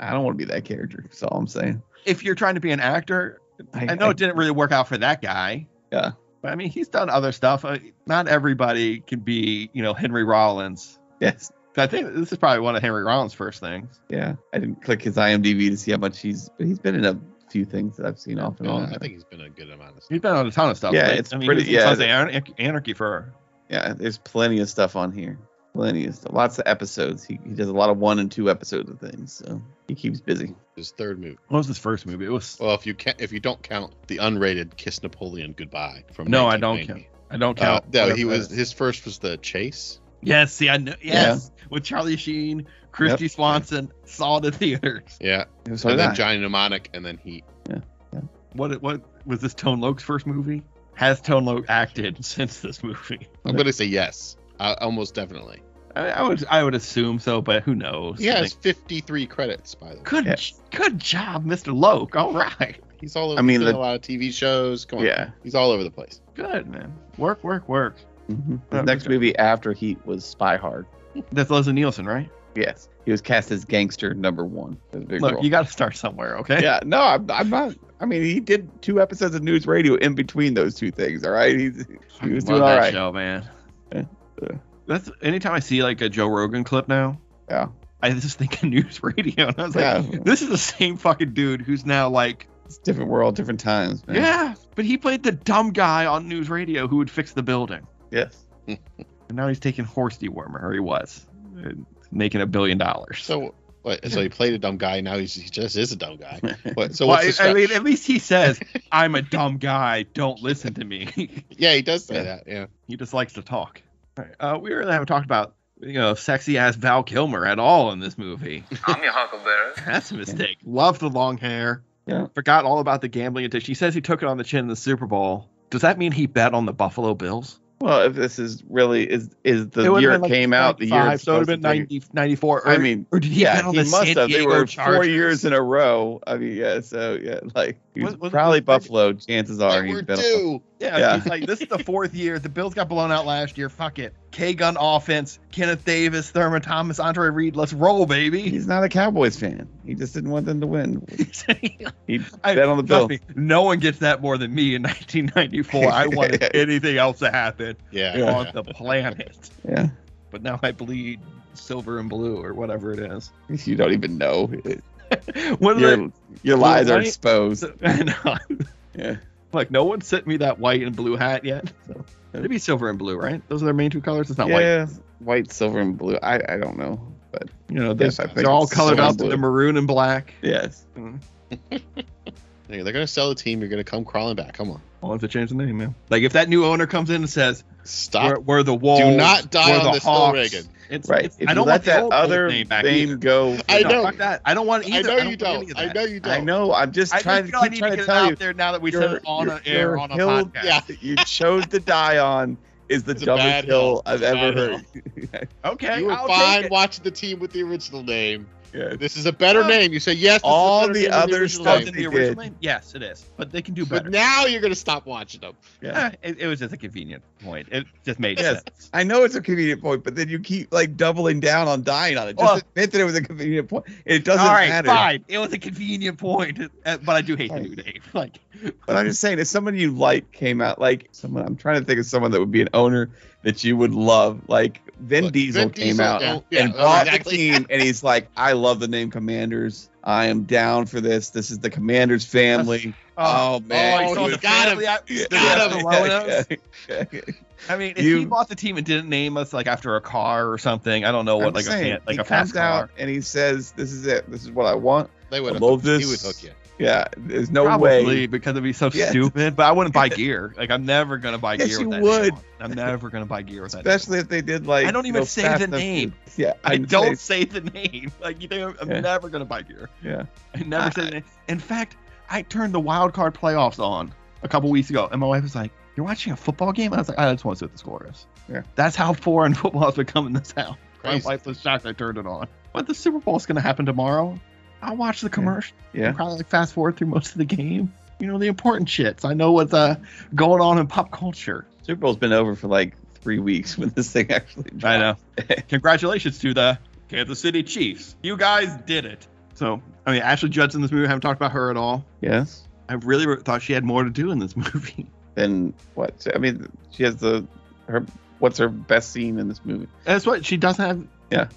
I don't want to be that character. That's all I'm saying.
if you're trying to be an actor, I know it didn't really work out for that guy.
Yeah.
But I mean, he's done other stuff. Uh, Not everybody can be, you know, Henry Rollins.
yes.
'Cause I think this is probably one of Henry Rollins' first things.
Yeah. I didn't click his IMDb to see how much he's. But he's been in a few things that I've seen
Oh,
off and
No,
on.
I think he's been a good amount of
He's been on a ton of stuff.
Yeah,
right?
it's
I mean,
pretty-
he was in
yeah.
Sons of Anar- Anarchy for.
Yeah. There's plenty of stuff on here. Plenty of stuff. Lots of episodes. He, he does a lot of one and two episodes of things. So he keeps busy.
his third movie.
What was his first movie? It was.
Well, if you can not if you don't count the unrated Kiss Napoleon Goodbye from
No, I don't
1990.
I don't
Uh,
count.
no,
Whatever
he
that
was
is.
his first was the chase.
Yes, see, I know. Yes, with Charlie Sheen, Christy Swanson, saw it in theaters.
Yeah,
So
and
did
then
I.
Johnny Mnemonic, and then Heat.
What what was this Tone Loke's first movie? Has Tone Loke acted since this movie?
I'm gonna say yes, uh, almost definitely.
I, I would I would assume so, but who knows?
He has
Like,
53 credits by the way.
good
Yeah.
good job, Mr. Loke. All right,
He's all over.
I mean,
he's in
the-
a lot of TV shows. Come on,
Yeah.
he's all over the place.
good man. Work work work.
Mhm.
Okay.
The next movie after Heat was Spy Hard.
That's Leslie Nielsen, right?
Yes, he was cast as gangster number one. That was a big
Look,
role.
you got to start somewhere, okay?
yeah, no, I'm, I'm not. I mean, he did two episodes of News Radio in between those two things. All right, he's he was
I love
doing all
that
right.
show, man.
Yeah.
That's anytime I see like a Joe Rogan clip now.
Yeah.
I just think of news radio, and I was like,
Yeah,
this is the same fucking dude who's now like,
it's different world, different times. Man.
yeah, but he played the dumb guy on news radio who would fix the building,
Yes.
and now he's taking horse dewormer, or he was, and making a billion dollars.
So, what, so he played a dumb guy. Now he's, he just is a dumb guy. What, so
Well,
what's the
I, I
strat-
mean, at least he says, "I'm a dumb guy. Don't listen to me."
yeah, he does say
Yeah.
that. Yeah,
he just likes to talk. All right, Uh, we really haven't talked about you know sexy ass Val Kilmer at all in this movie.
I'm your huckleberry.
That's a mistake. Love the long hair.
Yeah.
Forgot all about the gambling addiction. He says he took it on the chin in the Super Bowl. Does that mean he bet on the Buffalo Bills?
Well, if this is really is is the
It would've
year
been
it
like
came out, the year
95,
it's
so it would have
supposed
been
to
90,
take-
94. Or,
I mean,
or did he bet
yeah,
on
he
the
must
San
have. They
Diego
were four
Chargers?
years in a row. I mean, yeah. So yeah, like he was
Was- was it
probably
the-
Buffalo. Chances are
we're
he's been.
due.
Yeah,
Yeah.
he's like, this is the fourth year. The Bills got blown out last year. Fuck it. K gun offense. Kenneth Davis, Thurman Thomas, Andre Reed. Let's roll, baby.
He's not a Cowboys fan. He just didn't want them to win. He
I-
bet on the
Trust
Bills.
me, no one gets that more than me in 1994. I wanted anything else to happen
Yeah,
on the planet.
Yeah.
But now I bleed silver and blue or whatever it is.
You don't even know.
What are
Your, your lies are
Right?
exposed.
they? I know.
Yeah.
uh, Like no one sent me that white and blue hat yet. So maybe silver and blue, right? Those are their main two colors. It's not white.
yeah. White. silver, and blue. I, I don't know. But
You know, they're,
yes, I think
they're all
it's
colored
silver
up
and blue.
into maroon and black.
Yes.
Yeah, They're gonna sell the team. You're gonna come crawling back. Come on,
I'll have to change the name, man. Like if that new owner comes in and says,
stop.
we're, we're the Wolves,
not die
we're
on
the
this hill,
Hawks.
Reagan.
It's,
Right.
it's-
If
I
you
don't
let
want
that
the old
other
name
name,
back either.
go.
I
No,
know.
fuck that. I don't want either.
I know
don't
you
want any
don't.
of
I
that.
know you don't.
I know. I'm just
I
trying
just
to
feel I
keep
need to
trying
get
to
it
tell you.
out there now that we
you're-
said it on
you're-
an air
you're
on a
hilled-
podcast.
Yeah,
You chose to die on is the
It's a
dumbest
bad
hill
hill.
I've
It's a
ever
bad
heard.
Okay,
you were
I'll take
fine
it.
watching the team with the original name.
Yeah.
This is a better
Oh.
name. You say yes. this is a
All
better
the
name than
other
original
stuff
Other
name.
than
they
the original
did.
name? Yes, it is. But they can do
But
better.
now you're gonna stop watching them.
Yeah.
Eh, it, it was just a convenient point. It just made
Yes.
sense.
I know it's a convenient point, but then you keep like doubling down on dying on it. Just
Well-
admit that it was a convenient point. It doesn't
All right,
matter.
fine. It was a convenient point, eh, but I do hate the new name. Like,
But I'm just saying, if someone you like came out, like someone, I'm trying to think of someone that would be an owner that you would love. Like Vin
Look,
Diesel
Vin
came
Diesel,
out
yeah, yeah,
and bought the
exactly.
team, and he's like, I love the name Commanders. I am down for this. This is the Commanders family. Oh, man,
oh,
you
he's on
would-
the
got
family
him.
app-
Yeah,
got
him.
yeah, yeah.
I mean, if he
You-
bought the team and didn't name us like after a car or something, I don't know
I'm
what like
saying,
a fan- like
he
a fast
comes out
car.
and he says, "This is it. This is what I want."
They
I
would
love
He would
this.
hook you.
Yeah, there's no
Probably
way.
because it'd be so
Yeah.
stupid. But I wouldn't buy gear. Like I'm never gonna buy
Yes,
gear.
you
with that
would.
name on. I'm never gonna buy gear with that. name on.
Especially if they did like
I don't
you
even
know,
say
Fast
the
and
name.
Furious. Yeah,
I
I'm
don't
saying-
say the name. Like you think I'm, I'm
Yeah.
never gonna buy gear.
Yeah.
I never
I-
say the name. In fact, I turned the wild card playoffs on a couple weeks ago, and my wife was like, "You're watching a football game?" I was like, "I just want to see what the score is."
Yeah.
That's how foreign football has become in this house.
Crazy.
My wife was shocked I turned it on. But the Super Bowl is gonna happen tomorrow. I'll watch the commercial.
Yeah.
Probably like fast forward through most of the game. You know the important shits. I know what's uh, going on in pop culture.
Super Bowl's been over for like three weeks when this thing actually. Dropped.
I know. Congratulations to the Kansas City Chiefs. You guys did it. So, I mean, Ashley Judd's in this movie. I haven't talked about her at all.
Yes.
I really re- thought she had more to do in this movie.
Then what? I mean, she has the her. What's her best scene in this movie?
That's what she doesn't have.
Yeah.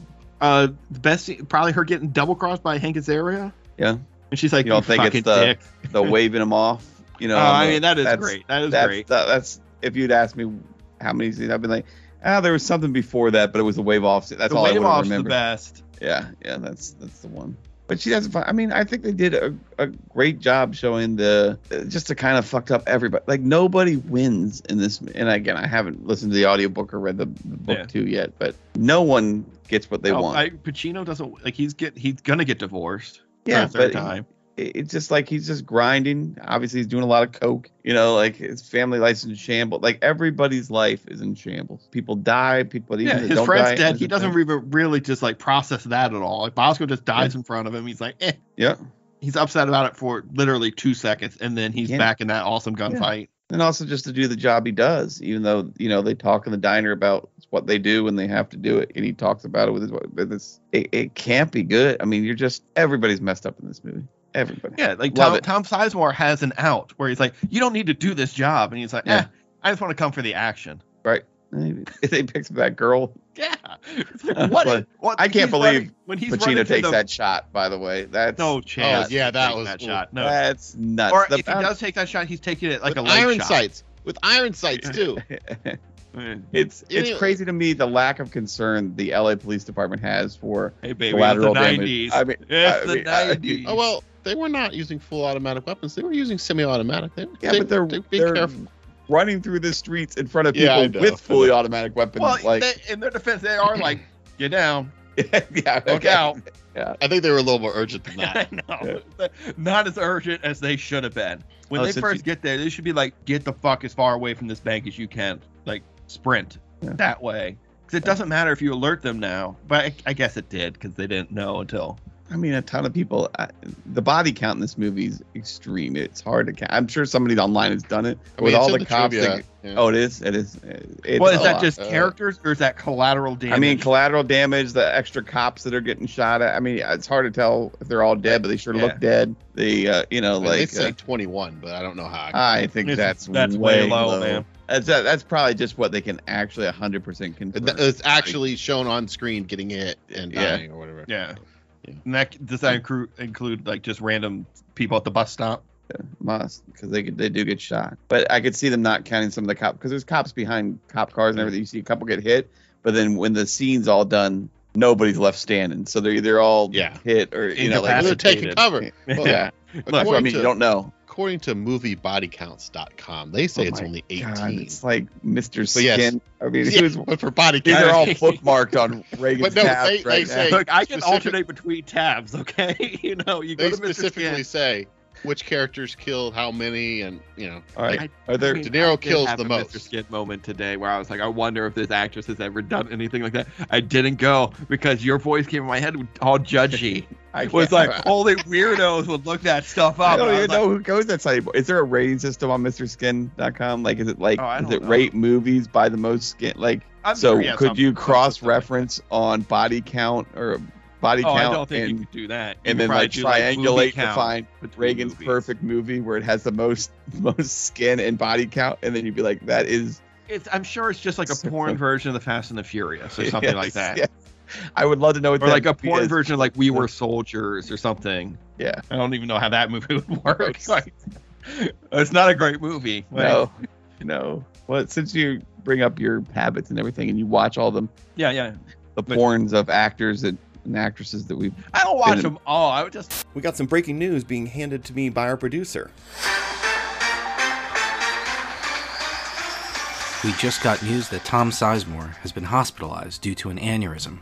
Uh, the best probably her getting double crossed by Hank Azaria.
Yeah.
And she's like,
You
you,
don't think it's
fucking
the-
dick.
The waving him off. You know.
oh, I
the-
mean, that is
that's-
great. That is
That's
great.
that- that's if you'd asked me how many scenes, I'd be like, ah, there was something before that, but it was the wave off. scene. That's
the
all I
wave
would
off's the
remember.
best.
Yeah, yeah, that's that's the one. but she doesn't. Find, I mean, I think they did a, a great job showing the uh, just to kind of fucked up everybody. Like nobody wins in this. And again, I haven't listened to the audiobook or read the, the book
Yeah.
too yet, but no one gets what they
Oh,
want.
I, Pacino doesn't like he's get he's gonna get divorced. for a
yeah, but
third time.
it- it's just like he's just grinding. Obviously, he's doing a lot of coke. You know, like his family life's in shambles. Like everybody's life is in shambles. People die. People even
Yeah,
that
his
don't
friend's
die,
dead. He doesn't
die.
even really just like process that at all. Like Bosco just dies in front of him. He's like, eh.
yeah.
He's upset about it for literally two seconds, and then he's
Yeah.
back in that awesome gunfight.
and also just to do the job he does even though you know they talk in the diner about what they do when they have to do it and he talks about it with his with his it, it can't be good i mean you're just everybody's messed up in this movie everybody
Yeah, like
Love
Tom, Tom
it.
Sizemore has an out where he's like, you don't need to do this job, and he's like, eh,
Yeah.
I just want to come for the action.
And he- they picked up that girl
Yeah, It's like, what?
But
what-
I can't
he's running-
believe
when he's running
pacino
through
takes
the-
that Oh, shot by the way that's
No chance.
yeah,
he's
that
taking
was-
that shot. No,
that's nuts
or
The
if he
bounce-
does take that shot, he's taking it like
with
a leg
iron
shot.
sights. With iron sights too.
it's
You
it's
know-
crazy to me the lack of concern the la police department has for
Hey baby, it's the
collateral damage.
nineties.
I mean,
It's
I
the
mean, I-
nineties.
Oh well, they were not using full automatic weapons. They were using semi-automatic. They,
Yeah,
they-
but they're,
they- be
they're
careful.
running through the streets in front of people
Yeah, I know.
with fully automatic weapons.
Well,
like,
they, in their defense, they are like, get down,
yeah,
look
okay.
out.
I think they were a little more urgent than that.
I know. Not as urgent as they should have been. When
Oh,
they
since
first
you-
get there, they should be like, get the fuck as far away from this bank as you can. Like, sprint
Yeah.
that way. Because it doesn't matter if you alert them now. But I, I guess it did because they didn't know until.
I mean, a ton of people. I, the body count in this movie is extreme. It's hard to count. I'm sure somebody online has done it
I mean,
with
it's
all
in
the, cops.
trivia.
that-
Yeah.
oh, it is. It is. It's
well,
a
is that
lot.
just
uh,
characters or is that collateral damage?
I mean, collateral damage, the extra cops that are getting shot at. I mean, it's hard to tell if they're all dead, but they sure
Yeah.
look dead. The Ah, uh, you know,
I mean, they
like uh,
said 21, but I don't know how.
I think
It's-
that's
that's way low, man.
That's that's probably just what they can actually 100 percent confirm.
Th- It's actually shown on screen getting hit and
Yeah.
dying or whatever.
yeah.
Yeah.
And that, does that include, include like just random people at the bus stop?
must because they could- they do get shot. But I could see them not counting some of the cops because there's cops behind cop cars and everything. You see a couple get hit, but then when the scene's all done, nobody's left standing. So they're either all
Yeah.
hit or you know like
They're taking
Incapacitated.
cover. Well,
yeah.
According,
That's what I mean.
to,
You don't know.
according to moviebodycounts.com, they say
Oh
it's
my
only 18.
God, it's like Mr.
But yes.
Skin. I mean,
Yeah,
who's-
but for body
these are
count,
all bookmarked on Reagan's
But no,
tabs
they- they
right
say-
now.
Look, I can
specific-
alternate between tabs, okay? you know, you go
they
to Mr.
specifically
Skin.
say which characters killed how many, and you know,
All right.
I-
Are there?
De Niro
I did
kills
have
the
a
most.
Mr. Skid moment today where I was like, I wonder if this actress has ever done anything like that. I didn't go because your voice came in my head all judgy.
I
It was
can't-
like only weirdos would look that stuff up.
I don't
And was
even
uh, like,
know who goes that site. anymore. Is there a rating system on MrSkin.com? Like, is it like,
Oh, I
is
don't
it
know.
rate movies by the most skin? Like,
I'm
so
sure, yes,
could
I'm-
you cross reference on body count or body
Oh, I
count
don't think
and,
you could do that. You could
and then
probably
like
do, like, movie
triangulate to
count
find
between
Reagan's
movies.
perfect movie where it has the most most skin and body count, and then you'd be like, that is
It's, I'm sure it's just like a
So-
porn version of the Fast and the Furious or something like
Yes,
that.
yes. I would love to know what
Or
that
like a
movie
porn
is.
version of like We Were Soldiers or something.
Yeah.
I don't even know how that movie would work.
Gross.
Like, it's not a great movie. Like,
No, no. Well, since you bring up your habits and everything, and you watch all them
Yeah, yeah.
the
But-
porns of actors and, and actresses that we've
I don't watch
Didn't-
them all. I would just
We got some breaking news being handed to me by our producer.
We just got news that Tom Sizemore has been hospitalized due to an aneurysm.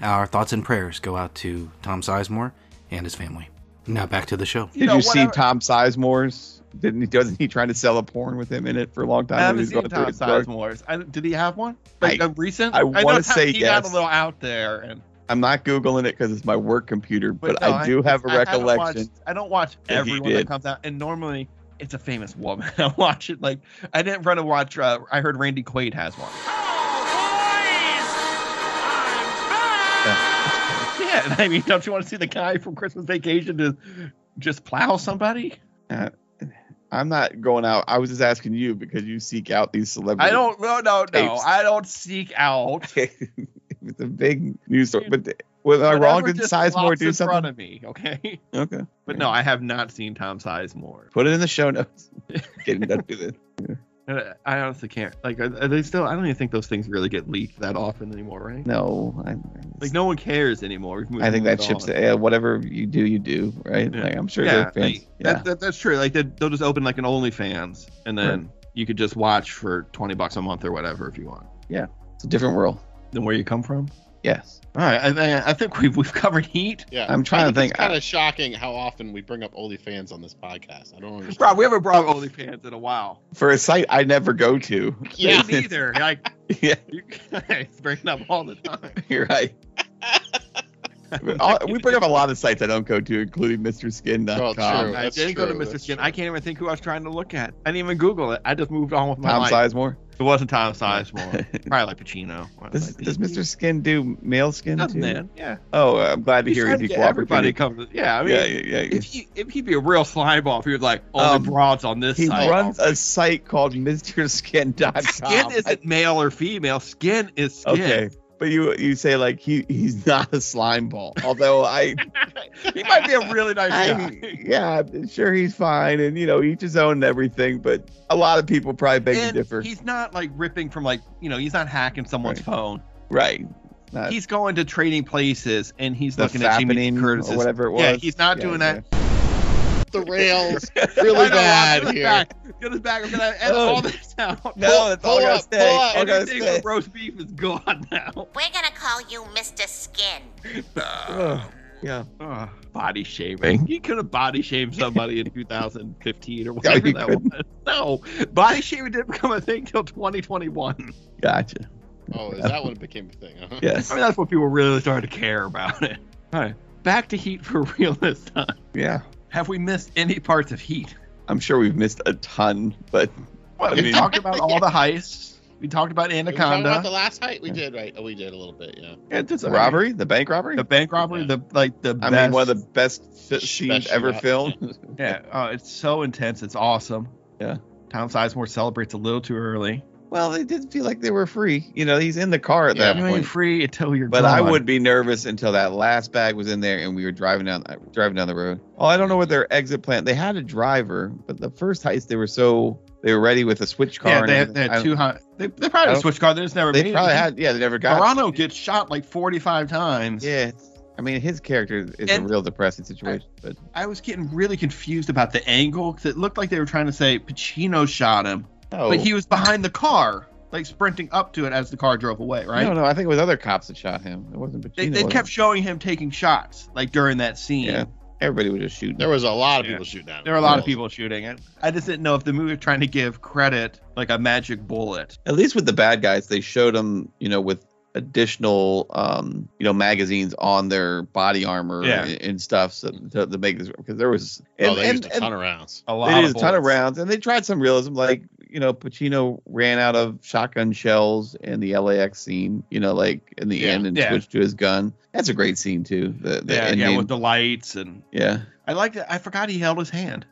Our thoughts and prayers go out to Tom Sizemore and his family. Now back to the show.
Did you,
know,
see
whatever-
Tom Sizemore's? Didn't he? Doesn't he trying to sell a porn with him in it for a long time?
I
when
haven't
he was
seen
going
Tom
through his dark-
Sizemore's. I, did he have one? Like
I-
a recent?
I
know
wanna
Tom-
say
he got a
yes.
little out there, and
I'm not googling it because it's my work computer, but,
no,
I do have a
I haven't
recollection.
watched- I don't watch
that he
everyone that
did.
comes out, and normally it's a famous woman. I watch it like I didn't run to watch. Uh, I heard Randy Quaid has one. Yeah, and I mean, don't you want to see the guy from Christmas Vacation to just plow somebody?
I'm not going out. I was just asking you because you seek out these celebrities.
I don't. No, no, no.
Tapes.
I don't seek out.
it's a big news story, but th- was I wrong?
Whatever
Did
just
Sizemore
flops
do
in front
something?
of me? Okay,
Okay,
but no, I have not seen Tom Sizemore.
put it in the show notes. Getting done with it.
Uh, I honestly can't. Like, are, are they still? I don't even think those things really get leaked that often anymore, right?
No, I,
Like, no one cares anymore. We've moved
I think that
on.
chips. Yeah, whatever you do, you do, right?
Yeah.
Like I'm sure
yeah,
they're fans.
like,
yeah.
That, that, that's true. Like, they- they'll just open like an OnlyFans, and then you could just watch for twenty bucks a month or whatever if you want.
it's a different world.
Than where you come from.
Yes.
All right, I, thi- I think we've we've covered heat.
Yeah,
I'm trying to think.
It's kind of shocking how often we bring up OnlyFans on this podcast. I don't understand.
Rob, we haven't brought OnlyFans in a while.
For a site I never go to.
Yeah.
Me neither. Like,
yeah,
you guys bring it up all the time.
you're right. All- we bring up a lot of sites I don't go to, including MrSkin.com.
Well, true.
I
That's
didn't Um, go to
true,
Mr.
that's
Skin.
true.
I can't even think who I was trying to look at. I didn't even Google it. I just moved on with my
Tom
life.
Sizemore.
It wasn't Tom Sizemore. Probably like Pacino.
Does, does Mr. Skin do male skin
Doesn't
too?
man? Yeah.
Oh, I'm glad to
He's
hear
trying to
he's
get
equal
everybody
opportunity.
comes. Yeah, I mean,
Yeah, yeah, yeah.
if he if he'd be a real slimeball, if he was like, oh,
Um,
the broads on this
He
side.
runs a site called MrSkin.com.
skin isn't male or female. Skin is skin.
okay, but you you say like he he's not a slime ball. Although I
he might be a really nice
I,
guy.
yeah, I'm sure he's fine, and you know, each his own and everything. But a lot of people probably beg to
And
differ.
he's not like ripping from like you know he's not hacking someone's
Right.
phone.
Right? Uh,
He's going to trading places and he's
The
looking at Jimmy
fappening
Curtis.
or whatever it was.
Yeah, he's not
Yeah,
doing
yeah.
that.
the rails really
I know,
bad
Rob,
here.
Get us back. Get us back. I'm gonna edit
Oh.
all this out.
No, that's all
pull
I gotta
up,
say.
pull up.
All I gotta
Everything
say.
with roast beef is gone now.
We're gonna call you Mr. Skin.
Ugh, yeah.
Ugh, body shaming. You could have body shamed somebody in 2015 or whatever
you
that
couldn't.
was. No, body shaming didn't become a thing till 2021.
Gotcha.
Oh, is that when it became a thing? Huh?
Yes.
I mean, that's when people really started to care about it. All right, back to Heat for real this time.
Yeah.
Have we missed any parts of Heat?
I'm sure we've missed a ton, but
Well,
I
we
mean-
talked about all the heists. We talked about
Are we talking
Anaconda.
about the last fight we did, right? Oh, we did a little bit, yeah.
Yeah, that's
the
all right.
robbery, the bank robbery.
the bank robbery, the like the
I
best-
mean, one of the best fi- scenes
Special
ever
op-
filmed.
Yeah, oh, it's so intense. It's awesome.
Yeah.
Tom Sizemore celebrates a little too early.
Well, they did feel like they were free. You know, he's in the car at
Yeah.
that
You ain't
point.
free until you're
But
gone.
I would be nervous until that last bag was in there and we were driving down uh, driving down the road. Oh, I don't know what their exit plan. They had a driver, but the first heist they were so they were ready with a switch car.
Yeah,
and
they had, they
everything.
had
I-
two high. They, they
I
probably
don't-
switched car. They just never.
They
made it.
probably had. Yeah, they never got.
Morano gets shot like 45 times.
Yeah, it's- I mean his character is
And-
a real depressing situation. But
I was getting really confused about the angle because it looked like they were trying to say Pacino shot him,
no,
but he was behind the car, like sprinting up to it as the car drove away. Right.
No, no, I think it was other cops that shot him. It wasn't. Pacino,
They,
was
they
it?
kept showing him taking shots like during that scene.
Yeah. Everybody was just shooting.
There was a lot of
Yeah.
people shooting at him.
There were a lot of
Rails.
people shooting it. I just didn't know if the movie was trying to give credit like a magic bullet.
at least with the bad guys, they showed them, you know, with additional, um, you know, magazines on their body armor
Yeah.
and, and stuff so, to, to make this because there was and,
Oh, they
and-
used a
and
ton of rounds.
A lot.
they did a ton of
bullets.
rounds and they tried some realism, like you know, Pacino ran out of shotgun shells in the LAX scene, you know, like in the
Yeah.
end and
Yeah.
switched to his gun. That's a great scene too. The, the
Yeah, yeah,
ending.
with the lights and
yeah,
I like that. I forgot he held his hand.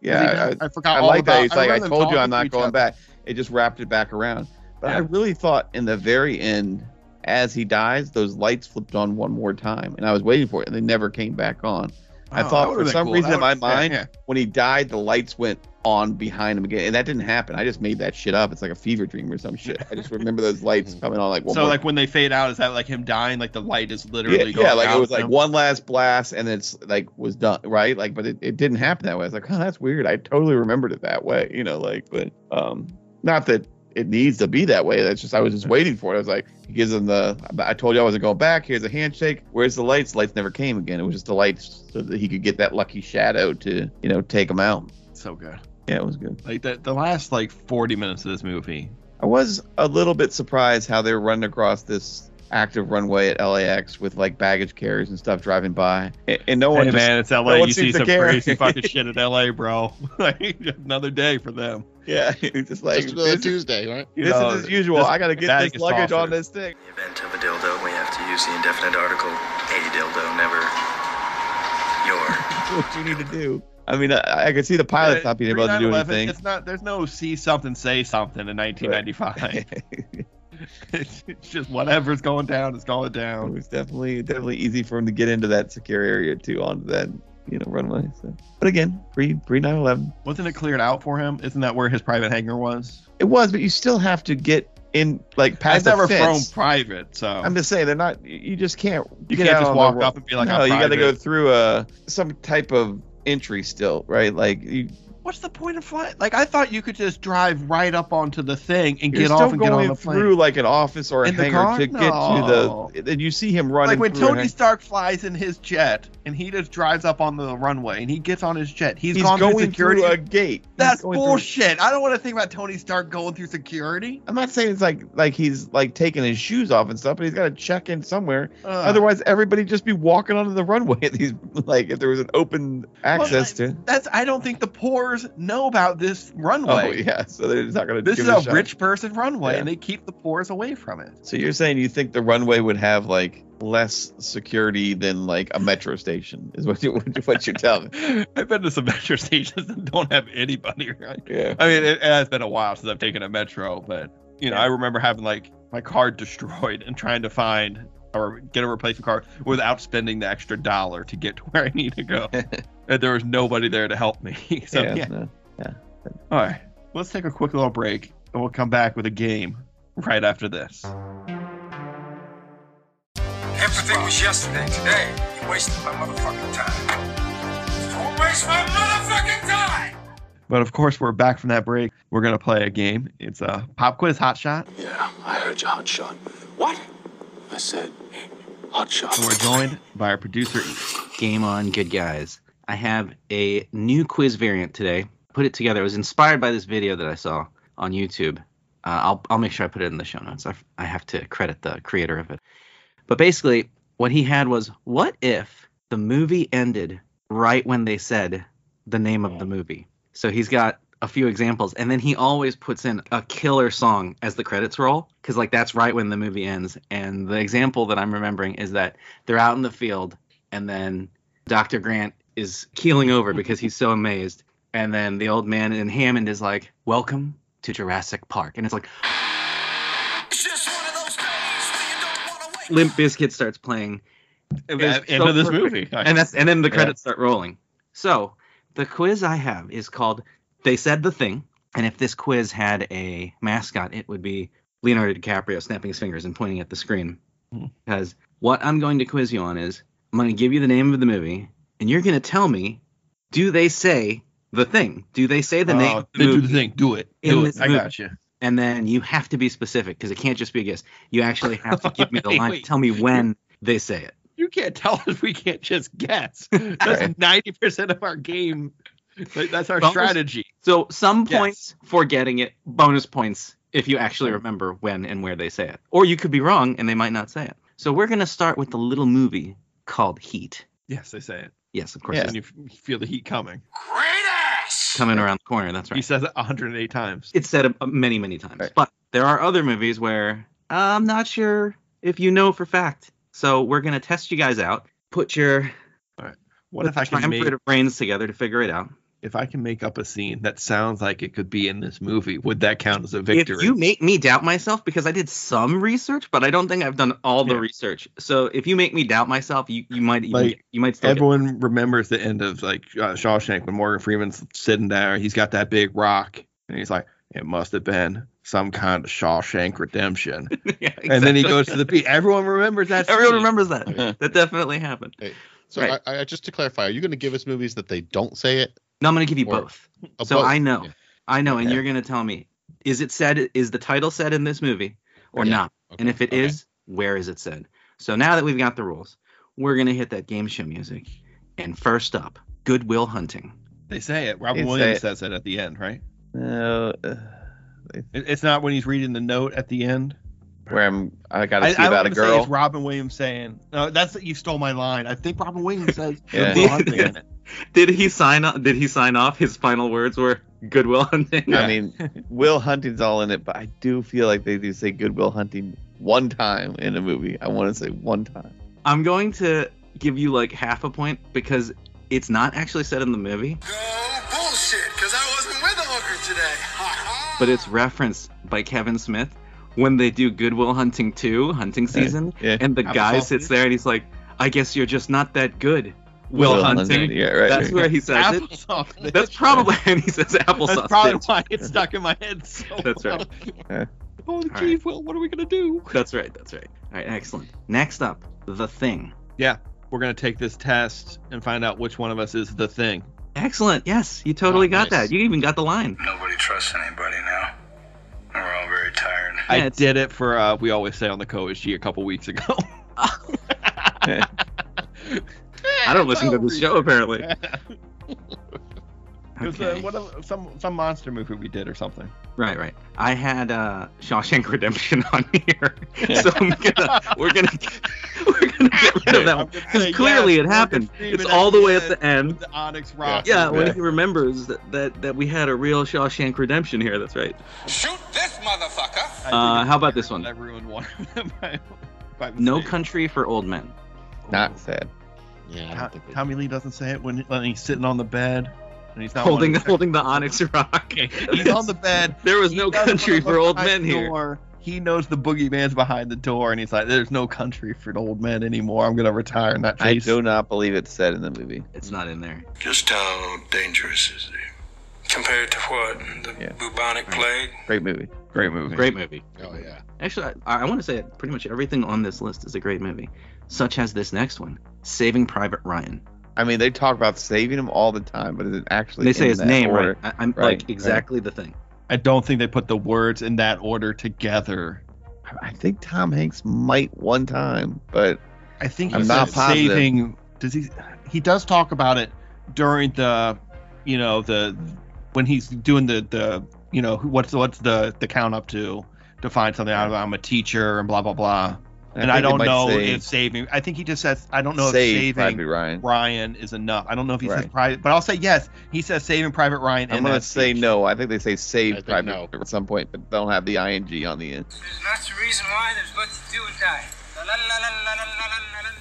yeah.
I,
I,
forgot.
I
all
like
about,
that. He's like, I
remember them
told you,
talking
I'm
to
not
each
going
other.
back. It just wrapped it back around. But I
Yeah.
really thought in the very end, as he dies, those lights flipped on one more time, and I was waiting for it, and they never came back on. I
Oh,
thought
that
for
would've been
some
cool.
reason
That
in my
would've- yeah,
mind,
yeah.
when he died, the lights went on behind him again, and that didn't happen. I just made that shit up. It's like a fever dream or some shit. I just remember those lights coming on like one
So
more.
like when they fade out, is that like him dying? Like the light is
yeah,
literally going
yeah, like
out
it was like
now?
one last blast, and it's like was done, right? Like, but it, it didn't happen that way. I was like, oh, that's weird. I totally remembered it that way, you know, like, but um, not that it needs to be that way. That's just I was just waiting for it. I was like, he gives him the. I told you I wasn't going back. Here's a handshake. Where's the lights? Lights never came again. It was just the lights so that he could get that lucky shadow to, you know, take him out.
so good.
Yeah, it was good.
Like the the last like 40 minutes of this movie.
I was a little bit surprised how they were running across this active runway at LAX with like baggage carriers and stuff driving by, and, and no one
hey
just
man, it's
no
LA.
one
you see
seems to
some
care.
crazy fucking shit at LA, bro. like another day for them.
Yeah, it's just like
Just another
this, is,
Tuesday, right?
You
this
know,
is as usual.
this-
I gotta
that
get this
is
luggage on
softer.
this thing.
the event of a dildo, we have to use the indefinite article a dildo, never your.
What you need to do? I mean, I, I could see the pilot not being able to do
9/11,
anything.
It's not. There's no see something, say something in 1995. it's it's just whatever's going down is going
it
down.
was definitely definitely easy for him to get into that secure area too, onto that you know, runway. So. But again, pre pre 9/11,
Wasn't it cleared out for him? Isn't that where his private hangar was?
it was, but you still have to get in like past
I've
the
never
fence.
flown private, so
I'm just saying they're not. You just can't.
Oh. you
get
can't
out
just
on the
walk
ro-
up and be like,
no,
I'm
you got to go
private."
through uh some type of entry still, right? Like you,
What's the point of flying? Like I thought you could just drive right up onto the thing and
you're
get
still
off and
going
get on the plane.
through like an office or a
In the
hangar
car?
to
No.
get to the. And you see him
like
running.
when
through a
Tony
hang-
Stark flies in his jet and he just drives up on the runway and he gets on his jet. He's,
he's
gone
going
through security.
through a gate. He's
That's
going through-
bullshit. I don't want to think about Tony Stark going through security.
I'm not saying it's like like he's like taking his shoes off and stuff, but he's got to check in somewhere.
Ugh.
Otherwise, everybody just be walking onto the runway. At these like if there was an open access to.
that's I don't think the poors know about this
Oh
runway.
yeah, so they're just not gonna.
This
give
is
it
a
shot.
rich person runway,
Yeah.
and they keep the poors away from it.
So you're saying you think the runway would have like less security than like a metro station is what you what you're telling? me.
I've been to some metro stations that don't have anybody. Right?
Yeah.
I mean, it, it has been a while since I've taken a metro, but you know, I remember having like my card destroyed and trying to find or get a replacement card without spending the extra dollar to get to where I need to go. and there was nobody there to help me. So yeah.
no.
All right. Let's take a quick little break, and we'll come back with a game right after this.
Everything was yesterday. Today, you wasted my motherfucking time. Don't waste my motherfucking time!
But of course, we're back from that break. We're gonna play a game. It's a pop quiz hot shot.
Yeah, I heard you, hot shot.
What?
I said, hot shot.
We're joined by our producer. Eve.
Game on, good guys. I have a new quiz variant today. Put it together. It was inspired by this video that I saw on YouTube. Uh, I'll, I'll make sure I put it in the show notes. I, I have to credit the creator of it. But basically, what he had was what if the movie ended right when they said the name of the movie? So he's got a few examples. And then he always puts in a killer song as the credits roll because, like, that's right when the movie ends. And the example that I'm remembering is that they're out in the field and then Dr. Grant is keeling over because he's so amazed. And then the old man in Hammond is like, Welcome to Jurassic Park. And it's like,
It's just one of those days when you don't wanna wake
Limp Bizkit starts playing. It was
Yeah,
so
end of this
perfect.
movie.
And that's and then the
Yeah.
credits start rolling. So the quiz I have is called They Said the Thing. And if this quiz had a mascot, it would be Leonardo DiCaprio snapping his fingers and pointing at the screen.
Hmm.
Because what I'm going to quiz you on is I'm going to give you the name of the movie, and you're going to tell me, do they say the thing? Do they say the
Oh,
name? of the
then do
movie?
the thing. Do it.
in
Do
this
it. I
movie.
got you.
and then you have to be specific because it can't just be a guess. You actually have to give me the
Wait,
line.
wait.
Tell me when they say it.
You can't tell us. We can't just guess. That's ninety percent of our game. Like, that's our
Bonus-
strategy.
So some
Yes.
points for getting it, bonus points if you actually remember when and where they say it. Or you could be wrong and they might not say it. So we're going to start with the little movie called Heat.
Yes, they say it.
Yes, of course.
Yeah.
It's
And you f- feel the heat coming.
Great ass!
coming around the corner. That's
He
right.
says it 108 times.
It's said uh, many, many times.
Right.
But there are other movies where I'm not sure if you know for fact. So we're going to test you guys out. Put your
What if I can make
triumvirate of brains together to figure it out.
if I can make up a scene that sounds like it could be in this movie? Would that count as a victory?
If you make me doubt myself, because I did some research, but I don't think I've done all the
Yeah.
research. So if you make me doubt myself, you, you might even
Like,
get- you might still get-
Everyone remembers the end of like uh, Shawshank when Morgan Freeman's sitting there. He's got that big rock, and he's like, "It must have been some kind of Shawshank Redemption."
Yeah,
And then he
exactly.
goes to the beat. Everyone remembers that.
Everyone
scene.
remembers that. that definitely happened.
So
Right.
I, I, just to clarify, are you going to give us movies that they don't say it?
No, I'm gonna give you
Or-
both.
Oh,
So
both.
I know.
Yeah.
I know, and
Okay.
you're gonna tell me is it said is the title said in this movie or
Yeah.
not?
Okay.
And if it
Okay.
is, where is it said? So now that we've got the rules, we're gonna hit that game show music. And first up, Goodwill Hunting.
They say it. Robin
They say
Williams
it.
says it at the end, right?
No, uh,
It- It's not when he's reading the note at the end.
where I'm I gotta see
I
about a
wanna Say
girl.
it's Robin Williams saying, "No, that's you stole my line." I think Robin Williams says,
Yeah.
"Goodwill Hunting" in it.
Did he sign off? Did he sign off? His final words were "Goodwill Hunting."
I mean, Will Hunting's all in it, but I do feel like they do say Goodwill Hunting one time in a movie. I want to say one time.
I'm going to give you like half a point because it's not actually said in the movie,
No bullshit, cause I wasn't with the hooker today.
but it's referenced by Kevin Smith when they do Goodwill Hunting 2, hunting season,
yeah.
and the
Have a
guy
sausage.
sits there and he's like, "I guess you're just not that good." Will, Hunting.
Yeah, right.
That's where he says it.
Applesauce.
That's probably and he says
That's
applesauce.
probably
bitch.
why it's stuck in my head so
That's right.
well. Oh,
right.
gee, Will, what are we gonna do?
That's right. That's right. All right. Excellent. Next up, the thing.
We're gonna take this test and find out which one of us is the thing.
Excellent. Yes, you totally
Oh,
got
nice.
that. You even got the line.
Nobody trusts anybody now. And we're all very tired.
Yeah,
I
it's-
did it for uh, we always say on the Koichi a couple weeks ago.
I don't listen to this show apparently.
It was uh,
Okay.
what a- some some monster movie we did or something.
Right, right. I had uh, Shawshank Redemption on here, so I'm gonna, we're gonna we're gonna get rid of that one. Because clearly it happened. It's all the way at the end.
The Onyx Rock.
Yeah, when he remembers that, that that we had a real Shawshank Redemption here. That's right.
Shoot this motherfucker!
I
Uh,
think
how about this one?
I ruined one of them by, by
No
mistake.
Country for Old Men.
Not sad.
Yeah, I don't think we-
Tommy Lee doesn't say it when, when he's sitting on the bed and he's not
holding
wanting to-
holding the onyx rock.
He's on the bed.
there was no
He doesn't
country
wanna
for
look
old
behind
men
the
here.
door. He knows the boogeyman's behind the door, and he's like, "There's no country for old men anymore. I'm gonna retire." And that face.
not believe it's said in the movie.
It's not in there.
Just how dangerous is it?
Compared to what? The
Yeah.
Mm.
bubonic plague?
Great movie.
Great movie.
Great movie.
Oh yeah.
Actually, I, I want to say that pretty much everything on this list is a great movie, such as this next one, Saving Private Ryan.
I mean, they talk about saving him all the time, but is it actually?
They say
in
his
that
name
order?
right. I, I'm
Right,
like exactly the thing.
I don't think they put the words in that order together.
I think Tom Hanks might one time, but
I think
I'm
he's
not
not
positive.
saving. Does he? He does talk about it during the, you know, the when he's doing the the you know who- what's what's the the count up to to find something out. I'm a teacher and blah blah blah. and I
think they
don't
might
know
say,
if saving. I think he just says I don't know
save
if saving
Private Ryan.
Ryan is enough. I don't know if he says
Right.
private, but I'll say yes. He says saving Private Ryan.
I'm
in
gonna
that
say
speech.
no. I think they say save
I think
Private
no.
at some point, but don't have the ing on the end.
There's lots of reason why there's lots to do with that.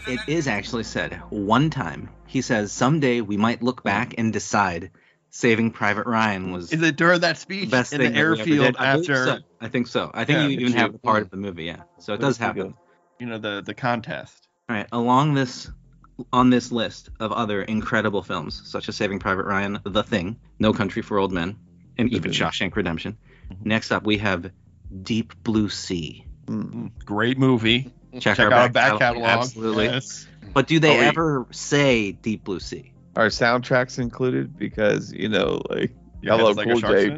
It is actually said one time. He says someday we might look back and decide Saving Private Ryan was
Is it during that
the
speech
best
in
thing
the
that we ever did.
airfield
I believe
after
so. I think so. I think
Yeah,
you
it's
even have
you.
the part of the movie. Yeah. So it does happen.
you know the the contest?
All right, along this on this list of other incredible films such as Saving Private Ryan, The Thing, No Country for Old Men, and even Shawshank Redemption.
Mm-hmm.
Next up, we have Deep Blue Sea.
Hmm.
Mm, Great movie.
Check,
Check
our
out our back catalog.
Absolutely.
Yes.
But do they
Mm-hmm. Oh, wait.
ever say Deep Blue Sea?
Are soundtracks included? Because you know, like
Your head's
Hello,
like a
Cool
shark's
Jay.